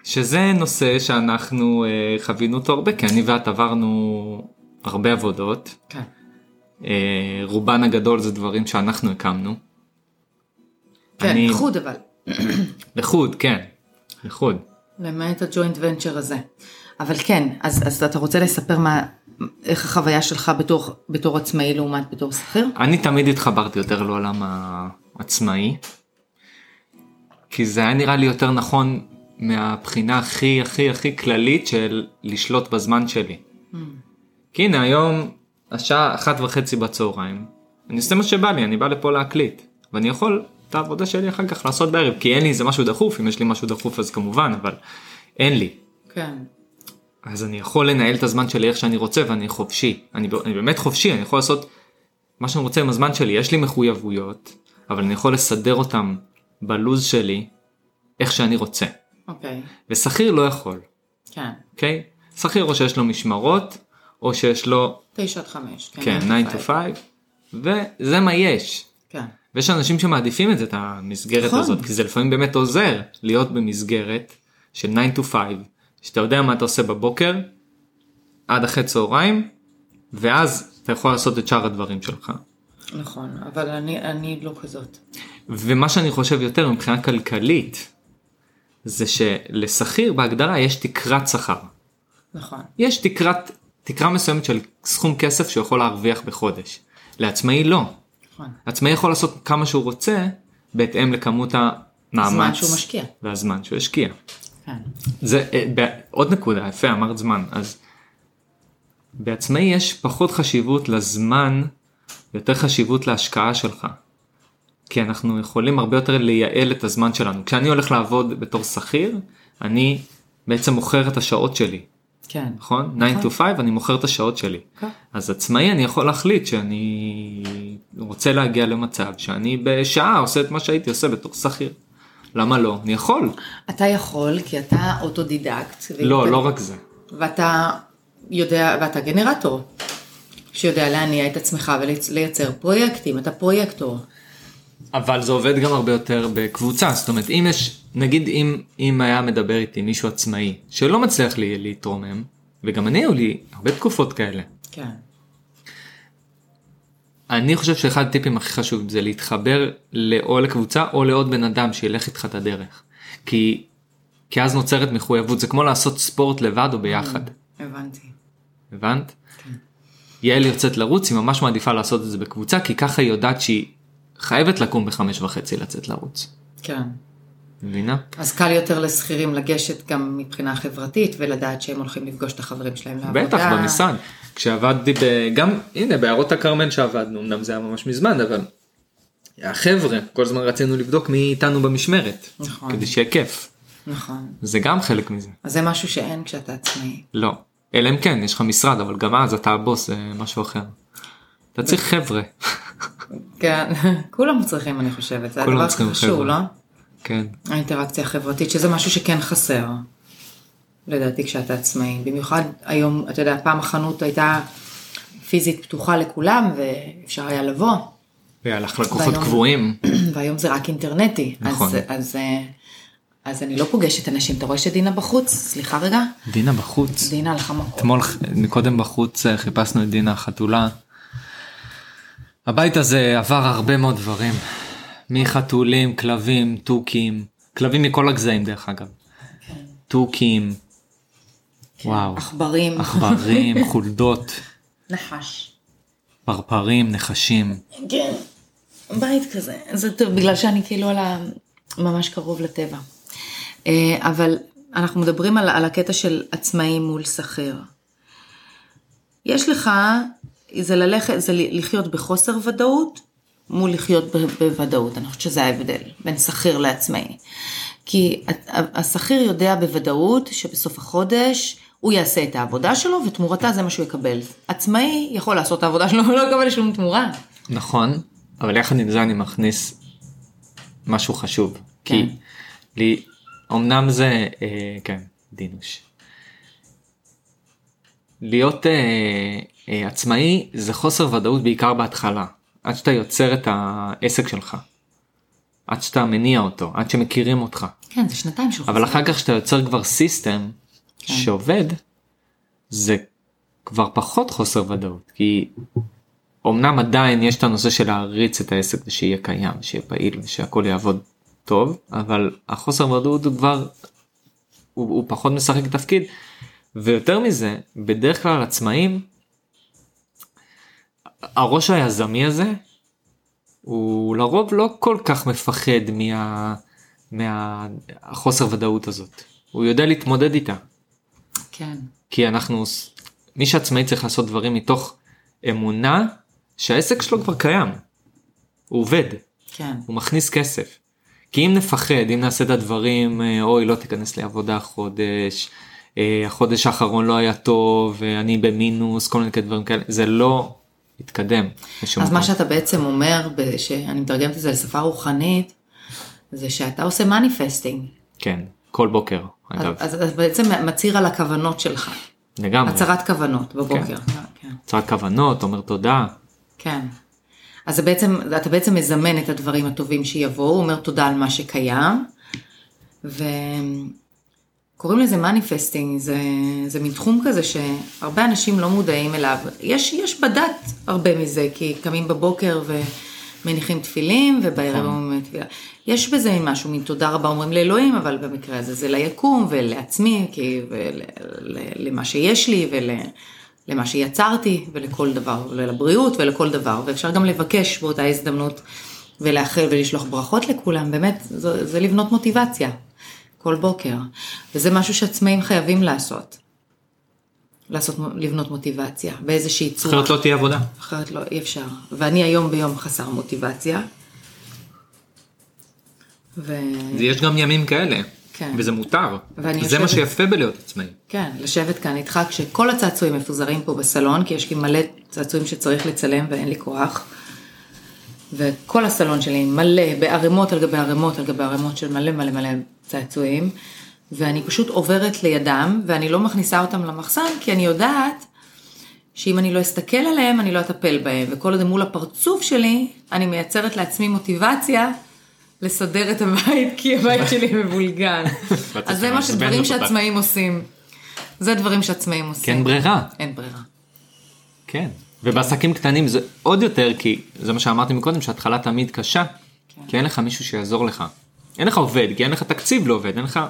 C: שזה נושא שאנחנו אה, חווינו אותו הרבה כי אני ואת עברנו הרבה עבודות.
D: כן.
C: אה, רובן הגדול זה דברים שאנחנו הקמנו.
D: כן,
C: אני-
D: חוד אבל.
C: לחוד כן. לחוד.
D: למעט הג'וינט ונצ'ר הזה. אבל כן, אז, אז אתה רוצה לספר מה, איך החוויה שלך בתור, בתור עצמאי לעומת בתור שכיר?
C: אני תמיד התחברתי יותר לעולם העצמאי. כי זה היה נראה לי יותר נכון מהבחינה הכי הכי הכי כללית של לשלוט בזמן שלי. כי הנה היום השעה אחת וחצי בצהריים, אני עושה מה שבא לי, אני בא לפה להקליט, ואני יכול את העבודה שלי אחר כך לעשות בערב, כי אין לי איזה משהו דחוף, אם יש לי משהו דחוף אז כמובן, אבל אין לי.
D: כן.
C: אז אני יכול לנהל את הזמן שלי איך שאני רוצה ואני חופשי. אני, ב- אני באמת חופשי, אני יכול לעשות מה שאני רוצה עם הזמן שלי. יש לי מחויבויות, אבל אני יכול לסדר אותם בלוז שלי איך שאני רוצה.
D: אוקיי,
C: ושכיר לא יכול,
D: כן.
C: אוקיי? שכיר או שיש לו משמרות, או שיש לו,
D: תשע עד חמש.
C: כן, 9 to 5, וזה מה יש.
D: כן.
C: ויש אנשים שמעדיפים את זה, את המסגרת
D: נכון.
C: הזאת, כי זה לפעמים באמת עוזר להיות במסגרת של 9 to 5, שאתה יודע מה אתה עושה בבוקר, עד אחרי צהריים, ואז אתה יכול לעשות את שאר הדברים שלך.
D: נכון, אבל אני, אני לא כזאת.
C: ומה שאני חושב יותר מבחינה כלכלית, זה שלשכיר בהגדרה יש תקרת שכר.
D: נכון.
C: יש תקרת, תקרה מסוימת של סכום כסף שהוא יכול להרוויח בחודש. לעצמאי לא.
D: נכון.
C: עצמאי יכול לעשות כמה שהוא רוצה בהתאם לכמות המאמץ.
D: הזמן שהוא משקיע.
C: והזמן שהוא השקיע.
D: כן.
C: זה אה, ב- עוד נקודה, יפה, אמרת זמן. אז בעצמאי יש פחות חשיבות לזמן, יותר חשיבות להשקעה שלך. כי אנחנו יכולים הרבה יותר לייעל את הזמן שלנו. כשאני הולך לעבוד בתור שכיר, אני בעצם מוכר את השעות שלי.
D: כן.
C: נכון? 9 to 5 אני מוכר את השעות שלי.
D: כן.
C: אז עצמאי אני יכול להחליט שאני רוצה להגיע למצב שאני בשעה עושה את מה שהייתי עושה בתור שכיר. למה לא? אני יכול.
D: אתה יכול, כי אתה אוטודידקט.
C: לא, לא רק זה.
D: ואתה יודע, ואתה גנרטור, שיודע להניע את עצמך ולייצר פרויקטים, אתה פרויקטור.
C: אבל זה עובד גם הרבה יותר בקבוצה, זאת אומרת אם יש, נגיד אם, אם היה מדבר איתי מישהו עצמאי שלא מצליח לי להתרומם, וגם אני היו לי הרבה תקופות כאלה.
D: כן.
C: אני חושב שאחד הטיפים הכי חשוב זה להתחבר ל- או לקבוצה או לעוד בן אדם שילך איתך את הדרך. כי, כי אז נוצרת מחויבות, זה כמו לעשות ספורט לבד או ביחד,
D: Mm. הבנתי.
C: הבנת? יעל יוצאת לרוץ, היא ממש מעדיפה לעשות את זה בקבוצה, כי ככה היא יודעת שהיא חייבת לקום בחמש וחצי לצאת לרוץ.
D: כן.
C: מבינה?
D: אז קל יותר לשכירים לגשת גם מבחינה חברתית ולדעת שהם הולכים לפגוש את החברים שלהם לעבודה.
C: בטח, במשרד. כשעבדתי ב... גם, הנה, בעיירות הכרמל שעבדנו, אמנם זה היה ממש מזמן, אבל... החבר'ה, כל הזמן רצינו לבדוק מי איתנו במשמרת.
D: נכון.
C: כדי שיהיה כיף.
D: נכון.
C: זה גם חלק מזה.
D: אז זה משהו שאין כשאתה עצמאי.
C: לא. אלא אם כן, יש לך משרד, אבל גם אז אתה הבוס, זה משהו אחר. אתה צריך חבר'ה.
D: כן, כולם צריכים אני חושבת, זה
C: כולם
D: הדבר הכי
C: צריכים
D: חשוב, לא?
C: חבר'ה. כן.
D: האינטראקציה החברתית, שזה משהו שכן חסר, לדעתי כשאתה עצמאי. במיוחד היום, אתה יודע, פעם החנות הייתה פיזית פתוחה לכולם ואפשר היה לבוא,
C: והיה לך לקוחות
D: והיום-
C: קבועים.
D: והיום זה רק אינטרנטי.
C: נכון.
D: אז, אז, אה, אז אני לא פוגשת אנשים. אתה רואה שדינה בחוץ? סליחה רגע.
C: דינה בחוץ.
D: דינה הלכה מכות.
C: אתמול, מקודם בחוץ אה, חיפשנו את דינה החתולה. הבית הזה עבר הרבה מאוד דברים. מחתולים, כלבים, תוכים. כלבים מכל הגזעים דרך אגב. תוכים. וואו.
D: עכברים.
C: עכברים, חולדות,
D: נחש.
C: פרפרים, נחשים.
D: כן, בית כזה. זה טוב, בגלל שאני כאילו על ה... ממש קרוב לטבע. אה, אבל אנחנו מדברים על, על הקטע של עצמאי מול שכיר. יש לך, זה ללכת, זה ל- לחיות בחוסר ודאות מול לחיות ב- בוודאות. אני חושבת שזה ההבדל בין שכיר לעצמאי. כי ה- ה- השכיר יודע בוודאות שבסוף החודש הוא יעשה את העבודה שלו ותמורתה זה מה שהוא יקבל. עצמאי יכול לעשות את העבודה שלו ולא יקבל שום תמורה.
C: נכון, אבל יחד עם זה אני מכניס משהו חשוב. כי
D: כן.
C: לי, אמנם זה, אה, כן, דינוש. להיות אה, אה, עצמאי זה חוסר ודאות בעיקר בהתחלה. עד שאתה יוצר את העסק שלך. עד שאתה מניע אותו, עד שמכירים אותך.
D: כן, זה שנתיים של
C: אבל אחר כך כשאתה יוצר כבר סיסטם שעובד, זה כבר פחות חוסר ודאות, כי אמנם עדיין יש את הנושא של להריץ את העסק ושיהיה קיים, שיהיה פעיל ושהכול יעבוד טוב, אבל החוסר ודאות הוא כבר, הוא, הוא פחות משחק תפקיד, ויותר מזה, בדרך כלל עצמאים, הראש היזמי הזה, הוא לרוב לא כל כך מפחד מה... מהחוסר ודאות הזאת. הוא יודע להתמודד איתה.
D: כן.
C: כי אנחנו, מי שעצמאי צריך לעשות דברים מתוך אמונה שהעסק שלו כבר קיים. הוא עובד,
D: כן.
C: הוא מכניס כסף. כי אם נפחד, אם נעשה את הדברים, אה, אוי לא תיכנס לעבודה החודש, אה, החודש האחרון לא היה טוב, אה, אני במינוס, כל מיני כאלה דברים כאלה, זה לא יתקדם. לשום
D: אז מה
C: מקום.
D: שאתה בעצם אומר, ב- שאני מתרגמת את זה לשפה רוחנית, זה שאתה עושה מניפסטינג.
C: כן, כל בוקר, אגב, כן.
D: אז אז אתה בעצם מצהיר על הכוונות שלך.
C: לגמרי.
D: הצהרת כוונות בבוקר. כן.
C: הצהרת כוונות, אומר תודה,
D: כן. אז זה בעצם, אתה בעצם מזמן את הדברים הטובים שיבואו, אומר תודה על מה שקיים, וקוראים לזה מניפסטינג, זה, זה מין תחום כזה שהרבה אנשים לא מודעים אליו. יש, יש בדת הרבה מזה, כי קמים בבוקר ומניחים תפילים, ובערב אומרים תפילה. יש בזה מין משהו, מין תודה רבה אומרים לאלוהים, אבל במקרה הזה זה ליקום ולעצמי, כי, ולמה שיש לי, ול... למה שיצרתי ולכל דבר, ולבריאות ולכל דבר, ואפשר גם לבקש באותה הזדמנות ולאחל ולשלוח ברכות לכולם, באמת, זה, זה לבנות מוטיבציה כל בוקר, וזה משהו שעצמאים חייבים לעשות, לעשות, לבנות מוטיבציה באיזושהי צורה.
C: אחרת לא תהיה עבודה.
D: אחרת לא, אי אפשר. ואני היום ביום חסר מוטיבציה. ו...
C: יש גם ימים כאלה,
D: כן.
C: וזה מותר,
D: ואני
C: זה מה
D: יושבת-
C: שיפה בלהיות עצמאי.
D: כן, לשבת כאן איתך כשכל הצעצועים מפוזרים פה בסלון, כי יש לי מלא צעצועים שצריך לצלם ואין לי כוח. וכל הסלון שלי מלא, בערימות על גבי ערימות על גבי ערימות של מלא מלא מלא צעצועים. ואני פשוט עוברת לידם, ואני לא מכניסה אותם למחסן, כי אני יודעת שאם אני לא אסתכל עליהם, אני לא אטפל בהם. וכל עוד הם מול הפרצוף שלי, אני מייצרת לעצמי מוטיבציה לסדר את הבית, כי הבית שלי מבולגן. אז זה מה
H: מעצבנת
D: שדברים
H: אותך.
D: שעצמאים עושים. זה דברים שעצמאים עושים.
C: כן ברירה,
D: אין ברירה.
C: כן. ובעסקים קטנים זה עוד יותר, כי זה מה שאמרתי מקודם, שההתחלה תמיד קשה,
D: כן.
C: כי אין לך מישהו שיעזור לך. אין לך עובד, כי אין לך תקציב לעובד, אין לך...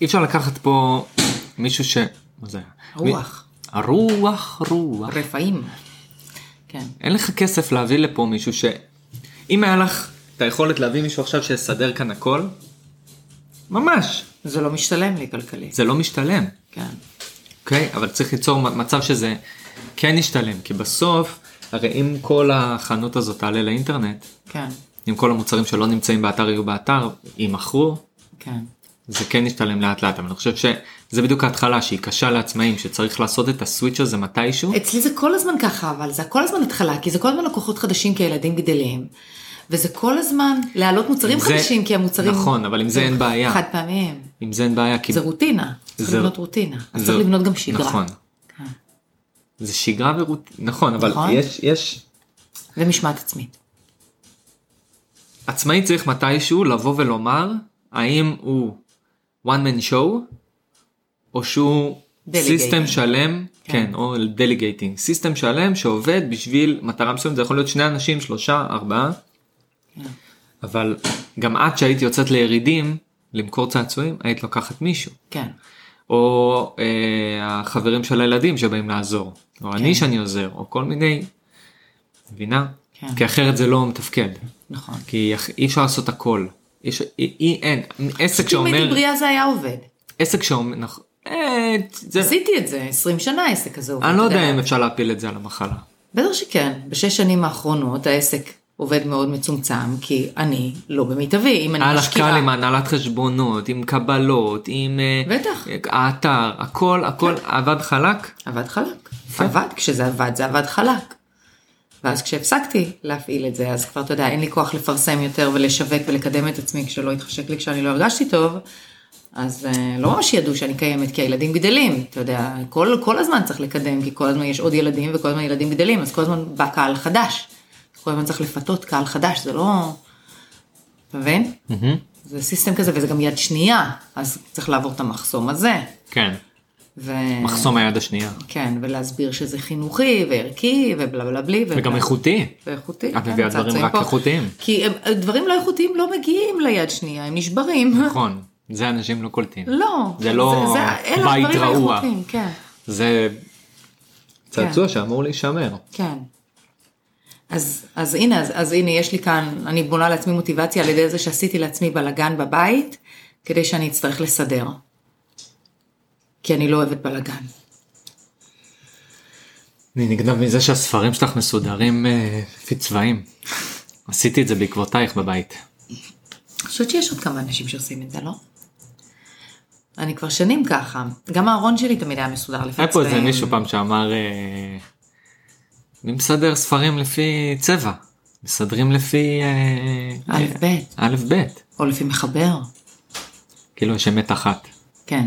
C: אי אפשר לקחת פה מישהו ש... מה זה היה?
D: רוח.
C: מ- הרוח, רוח.
D: רפאים. כן.
C: אין לך כסף להביא לפה מישהו ש... אם היה לך את היכולת להביא מישהו עכשיו שיסדר כאן הכל, ממש,
D: זה לא משתלם לי כלכלית.
C: זה לא משתלם.
D: כן.
C: אוקיי? אבל צריך ליצור מ- מצב שזה כן ישתלם, כי בסוף, הרי אם כל החנות הזאת תעלה לאינטרנט,
D: כן.
C: אם כל המוצרים שלא נמצאים באתר יהיו באתר, יימכרו,
D: כן.
C: זה כן ישתלם לאט לאט, אבל אני חושב שזה בדיוק ההתחלה שהיא קשה לעצמאים, שצריך לעשות את הסוויץ' הזה מתישהו.
D: אצלי זה כל הזמן ככה, אבל זה כל הזמן התחלה, כי זה כל הזמן לקוחות חדשים כי הילדים גדלים. וזה כל הזמן להעלות מוצרים
C: זה-
D: חדשים, כי המוצרים...
C: נכון, אבל עם זה אין בעיה.
D: חד פעמיים.
C: עם זה אין בעיה, כי
D: זה רוטינה. צריך
C: זה-
D: לבנות רוטינה. אז
C: זה-
D: צריך לבנות גם שגרה.
C: נכון.
D: כן.
C: זה שגרה ורות... נכון, אבל
D: נכון.
C: יש, יש,
D: ומשמעת עצמית.
C: עצמאי צריך מתישהו לבוא ולומר האם הוא one man show או שהוא סיסטם שלם כן או דליגייטינג סיסטם שלם שעובד בשביל מטרה מסוימת זה יכול להיות שני אנשים שלושה ארבעה.
D: כן.
C: אבל גם את שהיית יוצאת לירידים למכור צעצועים היית לוקחת מישהו
D: כן.
C: או אה, החברים של הילדים שבאים לעזור או אני שאני עוזר או כל מיני. מבינה?
D: כן.
C: כי אחרת זה לא מתפקד.
D: נכון.
C: כי אח- אי אפשר לעשות הכל. אי, אפשר- אי, אי אין עסק
D: שומר...
C: שאומר
D: בריאה זה היה עובד.
C: עסק שאומר נכון. אה, זה,
D: עשיתי את זה 20 שנה העסק הזה עובד.
C: אני לא
D: אתה
C: יודע אם אפשר להפיל את זה על המחלה.
D: בטח שכן, בשש שנים האחרונות העסק עובד מאוד מצומצם, כי אני לא במיטבי, אם אני
C: היה אה, לך קל
D: משקיעה.
C: עם הנהלת חשבונות, עם קבלות, עם אה,
D: בטח.
C: האתר, הכל הכל עבד חלק.
D: עבד חלק. עבד, כשזה עבד זה עבד חלק. ואז כשהפסקתי להפעיל את זה, אז כבר אתה יודע, אין לי כוח לפרסם יותר ולשווק ולקדם את עצמי כשלא התחשק לי, כשאני לא הרגשתי טוב, אז אה, לא ממש ידעו שאני קיימת, כי הילדים גדלים, אתה יודע, כל, כל הזמן צריך לקדם, כי כל הזמן יש עוד ילדים וכל הזמן ילדים גדלים, אז כל הזמן בא קהל חדש. כל הזמן צריך לפתות קהל חדש, זה לא... אתה מבין? זה סיסטם כזה, וזה גם יד שנייה, אז צריך לעבור את המחסום הזה.
C: כן.
D: ו...
C: מחסום היד השנייה.
D: כן, ולהסביר שזה חינוכי וערכי ובלה בלה בלי.
C: וגם איכותי.
D: ואיכותי.
C: את מביאה
D: הצעצועים
C: דברים רק
D: פה.
C: איכותיים.
D: כי הם- דברים לא איכותיים לא מגיעים ליד שנייה, הם נשברים.
C: נכון. זה אנשים לא קולטים.
D: לא.
C: זה לא
D: זה- אלה
C: בית
D: הדברים
C: רעוע.
D: האיכותיים, כן,
C: זה צעצוע שאמור להישמר.
D: כן. אז, אז הנה, אז, אז הנה, יש לי כאן, אני בונה לעצמי מוטיבציה על ידי זה שעשיתי לעצמי בלאגן בבית, כדי שאני אצטרך לסדר. כי אני לא אוהבת בלאגן.
C: אני נגנב מזה שהספרים שלך מסודרים אה, לפי צבעים. עשיתי את זה בעקבותייך בבית.
D: אני חושבת שיש עוד כמה אנשים שעושים את זה, לא? אני כבר שנים ככה. גם הארון שלי תמיד היה מסודר לפי
C: היה פה איזה
D: צבעים.
C: מישהו פעם שאמר אה, אני מסדר ספרים לפי צבע. מסדרים לפי אה,
D: א', ב',
C: א' ב'.
D: או לפי מחבר.
C: כאילו יש אמת אחת.
D: כן.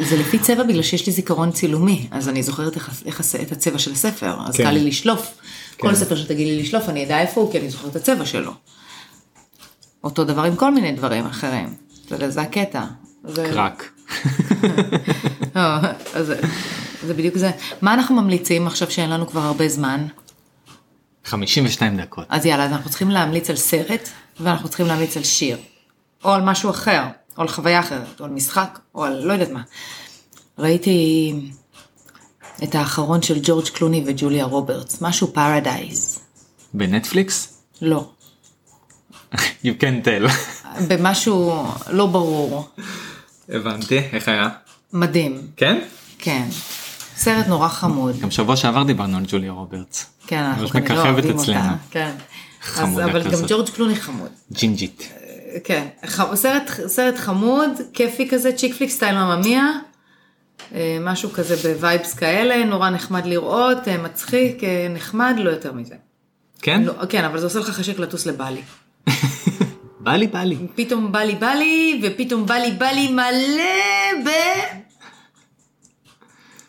D: זה לפי צבע בגלל שיש לי זיכרון צילומי, אז אני זוכרת איך, איך הס- את הצבע של הספר, אז
C: כן.
D: קל לי לשלוף. כל ספר שתגיד לי לשלוף, אני אדע איפה הוא, כי אני זוכרת את הצבע שלו. אותו דבר עם כל מיני דברים אחרים. אתה יודע, זה הקטע. זה...
C: קרק.
D: לא, אז זה- זה בדיוק זה. מה אנחנו ממליצים עכשיו שאין לנו כבר הרבה זמן?
C: 52 דקות.
D: אז יאללה, אז אנחנו צריכים להמליץ על סרט, ואנחנו צריכים להמליץ על שיר. או על משהו אחר, או על חוויה אחרת, או על משחק, או על לא יודעת מה. ראיתי את האחרון של ג'ורג' קלוני וג'וליה רוברטס, משהו פרדייז.
C: בנטפליקס?
D: לא.
C: You can tell.
D: במשהו לא ברור.
C: הבנתי, איך היה?
D: מדהים,
C: כן?
D: כן. סרט נורא חמוד.
C: גם שבוע שעבר דיברנו על ג'וליה רוברטס.
D: כן, אנחנו
C: ממש
D: כנראה
C: מככבת
D: אוהבים
C: אצלנו.
D: אותה. כן. אז,
C: חמודה
D: אבל גם
C: כזאת.
D: ג'ורג' קלוני חמוד.
C: ג'ינג'ית.
D: כן, ח- סרט, סרט חמוד, כיפי כזה, צ'יק פליק סטייל מממיה, אה, משהו כזה בווייבס כאלה, נורא נחמד לראות, אה, מצחיק, אה, נחמד, לא יותר מזה.
C: כן?
D: לא, כן, אבל זה עושה לך חשק לטוס לבלי.
C: בא לי בא לי.
D: פתאום בא לי בא לי, ופתאום בא לי בא לי מלא ב...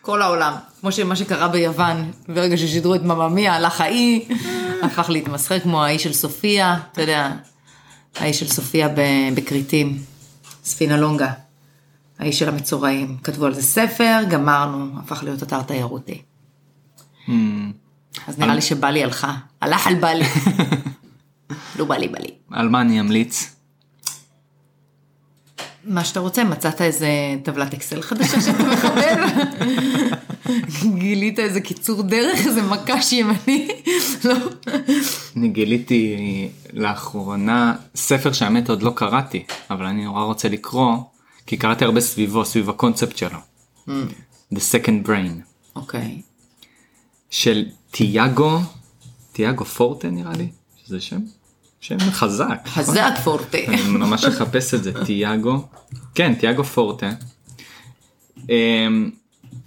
D: כל העולם. כמו שמה שקרה ביוון, ברגע ששידרו את מממיה, הלך האי, הפך להתמסחר כמו האי של סופיה, אתה יודע, האי של סופיה ב- בכרתים, ספינה לונגה, האי של המצורעים. כתבו על זה ספר, גמרנו, הפך להיות אתר תיירותי. אז נראה לי שבלי הלכה, הלך על בלי. לא בלי בלי.
C: על מה אני אמליץ?
D: מה שאתה רוצה, מצאת איזה טבלת אקסל חדשה שאתה מחבב, גילית איזה קיצור דרך, איזה מקש ימני, לא,
C: אני גיליתי לאחרונה ספר שהאמת עוד לא קראתי, אבל אני נורא רוצה לקרוא, כי קראתי הרבה סביבו, סביב הקונספט שלו. The Second Brain,
D: אוקיי,
C: של תיאגו, תיאגו פורטה נראה לי, שזה שם, שם חזק.
D: חזק פורטה,
C: אני ממש אחפש את זה, תיאגו. כן, תיאגו פורטה. אמ,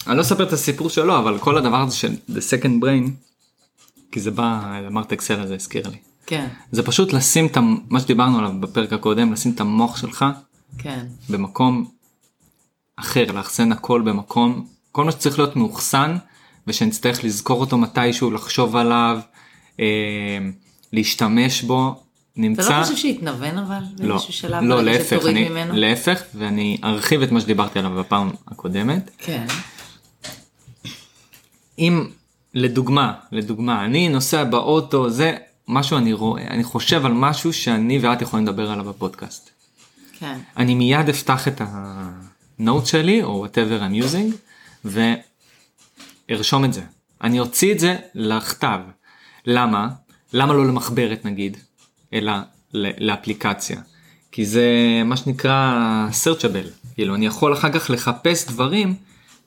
C: אני לא אספר את הסיפור שלו, אבל כל הדבר הזה של The Second Brain, כי זה בא, אמרת אקסל הזה הזכיר לי.
D: כן,
C: זה פשוט לשים את המ- מה שדיברנו עליו בפרק הקודם, לשים את המוח שלך
D: כן,
C: במקום אחר, לאחסן הכל במקום, כל מה שצריך להיות מאוחסן, ושנצטרך לזכור אותו מתישהו, לחשוב עליו, אה, אמ, להשתמש בו,
D: אתה
C: נמצא...
D: לא חושב שהתנוון אבל?
C: לא,
D: באיזשהו שלב
C: לא,
D: ברגע
C: להפך,
D: שתוריד
C: אני,
D: ממנו?
C: להפך, ואני ארחיב את מה שדיברתי עליו בפעם הקודמת.
D: כן.
C: אם, לדוגמה, לדוגמה, אני נוסע באוטו, זה משהו אני רואה, אני חושב על משהו שאני ואת יכולים לדבר עליו בפודקאסט.
D: כן.
C: אני מיד אפתח את הנוט שלי, או whatever I'm using, וארשום את זה. אני אוציא את זה לכתב. למה? למה לא למחברת נגיד, אלא ל- לאפליקציה? כי זה מה שנקרא searchable. כאילו, אני יכול אחר כך לחפש דברים,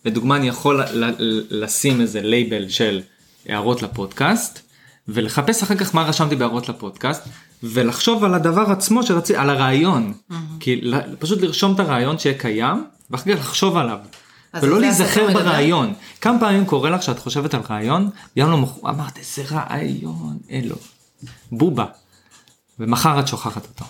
C: לדוגמה אני יכול ל- ל- לשים איזה לייבל של הערות לפודקאסט, ולחפש אחר כך מה רשמתי בהערות לפודקאסט, ולחשוב על הדבר עצמו שרציתי, על הרעיון. כי ל- פשוט לרשום את הרעיון שיהיה קיים, ואחר כך לחשוב עליו.
D: אז
C: ולא
D: זה הסרטון
C: להיזכר
D: מדבר?
C: ברעיון. כמה פעמים קורה לך שאת חושבת על רעיון, יום למחרת אמרת איזה רעיון, אלו. בובה. ומחר את שוכחת אותו.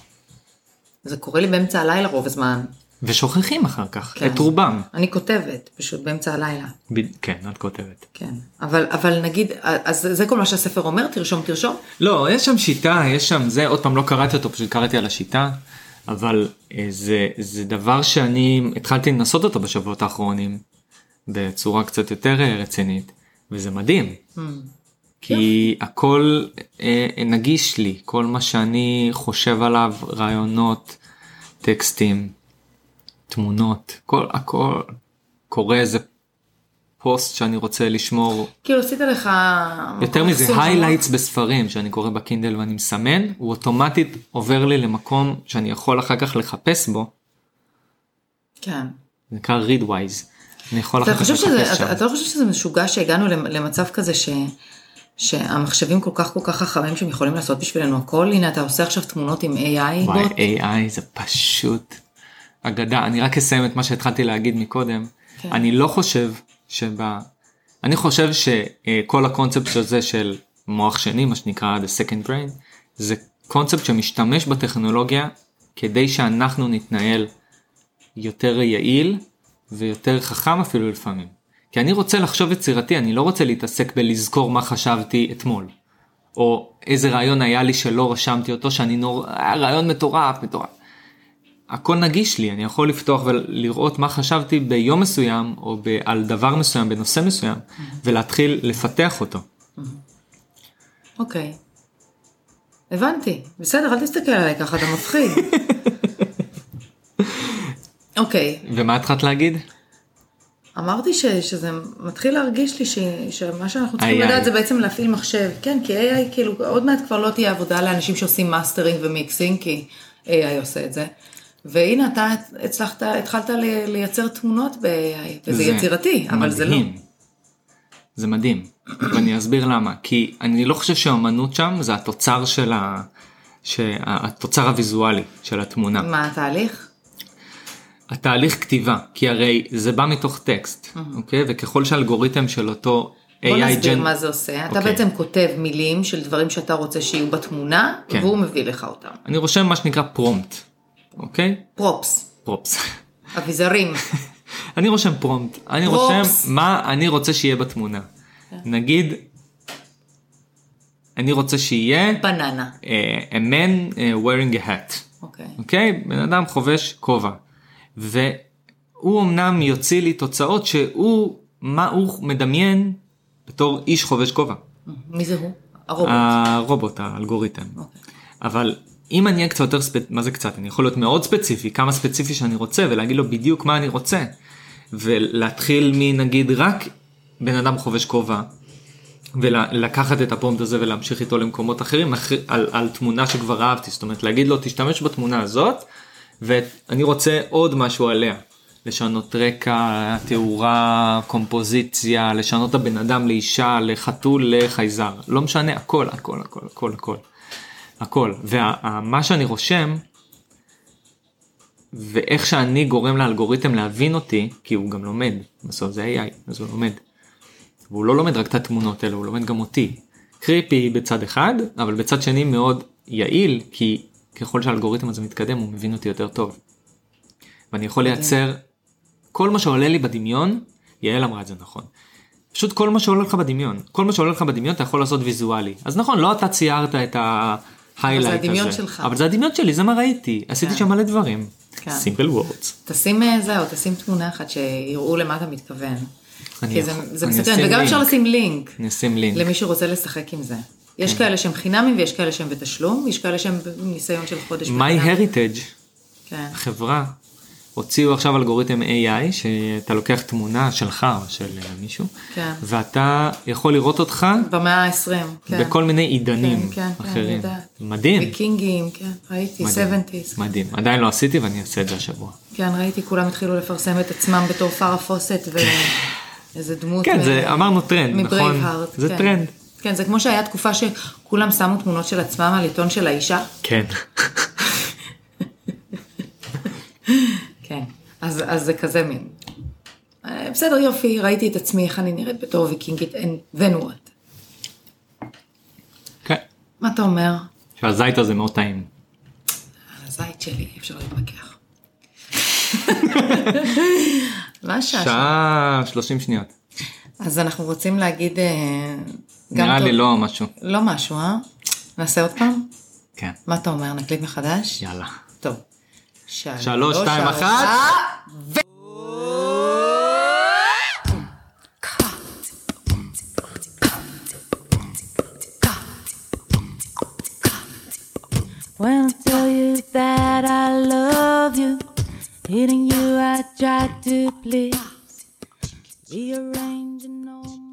D: זה קורה לי באמצע הלילה רוב הזמן.
C: ושוכחים אחר כך,
D: כן.
C: את רובם.
D: אני כותבת, פשוט באמצע הלילה.
C: ב- כן, את כותבת.
D: כן. אבל, אבל נגיד, אז זה כל מה שהספר אומר, תרשום, תרשום.
C: לא, יש שם שיטה, יש שם זה, עוד פעם לא קראתי אותו, פשוט קראתי על השיטה, אבל אה, זה, זה דבר שאני התחלתי לנסות אותו בשבועות האחרונים, בצורה קצת יותר אה, רצינית, וזה מדהים. כי הכל אה, נגיש לי, כל מה שאני חושב עליו, רעיונות, טקסטים, תמונות, כל הכל קורה איזה פוסט שאני רוצה לשמור
D: כאילו עשית לך...
C: יותר מזה,
D: מחסום.
C: highlights בספרים שאני קורא בקינדל ואני מסמן, הוא אוטומטית עובר לי למקום שאני יכול אחר כך לחפש בו,
D: כן.
C: זה נקרא readwise. אני יכול אחר
D: אתה
C: כך
D: חושב
C: לחפש
D: שזה,
C: שם.
D: אתה, אתה לא חושב שזה משוגע שהגענו למ- למצב כזה ש, שהמחשבים כל כך כל כך חכמים שהם יכולים לעשות בשבילנו הכל? הנה אתה עושה עכשיו תמונות עם AI
C: וואי,
D: בוט.
C: AI זה פשוט אגדה. אני רק אסיים את מה שהתחלתי להגיד מקודם. אני לא חושב שב... אני חושב שכל הקונספט של זה של מוח שני, מה שנקרא The Second Brain, זה קונספט שמשתמש בטכנולוגיה כדי שאנחנו נתנהל יותר יעיל ויותר חכם אפילו לפעמים. כי אני רוצה לחשוב יצירתי, אני לא רוצה להתעסק בלזכור מה חשבתי אתמול. או איזה רעיון היה לי שלא רשמתי אותו שאני נורא, אה, רעיון מטורף, מטורף. הכל נגיש לי, אני יכול לפתוח ולראות מה חשבתי ביום מסוים או ב, על דבר מסוים, בנושא מסוים,
D: Mm-hmm.
C: ולהתחיל לפתח אותו.
D: אוקיי. הבנתי. בסדר, אל תסתכל עליי ככה, אתה מפחיד. אוקיי.
C: ומה התחלת להגיד?
D: אמרתי ש, שזה מתחיל להרגיש לי ש, שמה שאנחנו צריכים
C: AI.
D: לדעת זה בעצם להפעיל מחשב. כן, כי AI כאילו עוד מעט כבר לא תהיה עבודה לאנשים שעושים מאסטרינג ומיקסינג, כי AI עושה את זה. והנה אתה הצלחת, התחלת ל- לייצר תמונות ב-AI, וזה יצירתי, אבל זה לא.
C: מדהים. זה מדהים, ואני אסביר למה. כי אני לא חושב שהאמנות שם זה התוצר של ה... שה- התוצר הוויזואלי של התמונה.
D: מה התהליך?
C: התהליך כתיבה, כי הרי זה בא מתוך טקסט, אוקיי? וככל שהאלגוריתם של אותו AI
D: בוא נסביר
C: ג'ן-
D: מה זה עושה. אתה
C: אוקיי.
D: בעצם כותב מילים של דברים שאתה רוצה שיהיו בתמונה,
C: כן.
D: והוא מביא לך אותם.
C: אני רושם מה שנקרא פרומפט, אוקיי?
D: פרופס,
C: פרופס.
D: אביזרים.
C: אני רושם פרומפט, אני רושם
D: פרופס.
C: מה אני רוצה שיהיה בתמונה.
D: כן.
C: נגיד, אני רוצה שיהיה
D: בננה.
C: אה, a man אה, wearing a hat.
D: אוקיי.
C: אוקיי? בן אדם חובש כובע. והוא אמנם יוציא לי תוצאות שהוא, מה הוא מדמיין בתור איש חובש כובע.
D: מי זה הוא? הרובוט.
C: אה, הרובוט, האלגוריתם. אבל אם אני אהיה קצת יותר ספציפי, מה זה קצת? אני יכול להיות מאוד ספציפי, כמה ספציפי שאני רוצה, ולהגיד לו בדיוק מה אני רוצה. ולהתחיל מנגיד רק בן אדם חובש כובע, ולקחת את הפרומפט הזה ולהמשיך איתו למקומות אחרים, אחר, על, על תמונה שכבר אהבתי, זאת אומרת להגיד לו תשתמש בתמונה הזאת, ואני רוצה עוד משהו עליה. לשנות רקע, תאורה, קומפוזיציה, לשנות את הבן אדם לאישה, לחתול, לחייזר, לא משנה, הכל, הכל, הכל, הכל, הכל. הכל. ומה שאני רושם, ואיך שאני גורם לאלגוריתם להבין אותי, כי הוא גם לומד, בסוף זה AI, אז הוא לומד. והוא לא לומד רק את התמונות האלה, הוא לומד גם אותי. קריפי בצד אחד, אבל בצד שני מאוד יעיל, כי ככל שהאלגוריתם הזה מתקדם, הוא מבין אותי יותר טוב. ואני יכול לייצר כל מה שעולה לי בדמיון, יעל אמרה את זה נכון. פשוט כל מה שעולה לך בדמיון. כל מה שעולה לך בדמיון אתה יכול לעשות ויזואלי. אז נכון, לא אתה ציירת את ההיילייט הזה.
D: אבל זה הדמיון שלך.
C: אבל זה הדמיון שלי, זה מה ראיתי. עשיתי
D: כן.
C: שם מלא דברים. סימפל וורדס.
D: תשים אה, זהו, תשים תמונה אחת שיראו למה אתה מתכוון.
C: אני
D: כי זה,
C: יכול-
D: זה
C: אני
D: מסקרן,
C: אשים
D: וגם אפשר
C: לינק.
D: לשים לינק
C: אני אשים לינק. כן.
D: למי שרוצה לשחק עם זה. יש כאלה שהם חינמים ויש כאלה שהם בתשלום, יש כאלה שהם עם ניסיון של חודש.
C: My
D: בחינם.
C: heritage,
D: כן.
C: החברה, הוציאו עכשיו אלגוריתם AI, שאתה לוקח תמונה שלך או של אה, מישהו,
D: כן.
C: ואתה יכול לראות אותך
D: במאה ה-20, כן.
C: בכל מיני עידנים
D: כן, כן, כן, אני
C: אחרים.
D: יודעת.
C: מדהים.
D: ויקינגים, כן, ראיתי,
C: מדהים.
D: 70's.
C: מדהים. עדיין לא עשיתי ואני אעשה את זה השבוע.
D: כן, ראיתי, כולם התחילו לפרסם את עצמם בתור פארה פוסט ואיזה דמות.
C: כן,
D: מ-
C: זה- אמרנו טרנד, נכון?
D: מברייבהארט,
C: זה
D: כן.
C: טרנד.
D: כן, זה כמו שהיה תקופה שכולם שמו תמונות של עצמם על עיתון של האישה.
C: כן.
D: כן. אז, אז זה כזה מין. אה, בסדר, יופי, ראיתי את עצמי, איך אני נראית בתור ויקינגית, then what.
C: כן.
D: מה אתה אומר?
C: שהזית הזה מאוד טעים.
D: על הזית שלי, אי אפשר להתווכח. מה השעה?
C: שעה 30 שניות.
D: אז אנחנו רוצים להגיד אה, גם
C: נראה
D: טוב.
C: לי לא משהו.
D: לא משהו, אה? נעשה עוד פעם?
C: כן.
D: מה אתה אומר, נקליט מחדש?
C: יאללה.
D: טוב. שלוש,
C: שלוש, שתיים,
D: שלוש.
C: אחת.
I: When I tell you that I love you, hitting you I try to please, rearranging all my.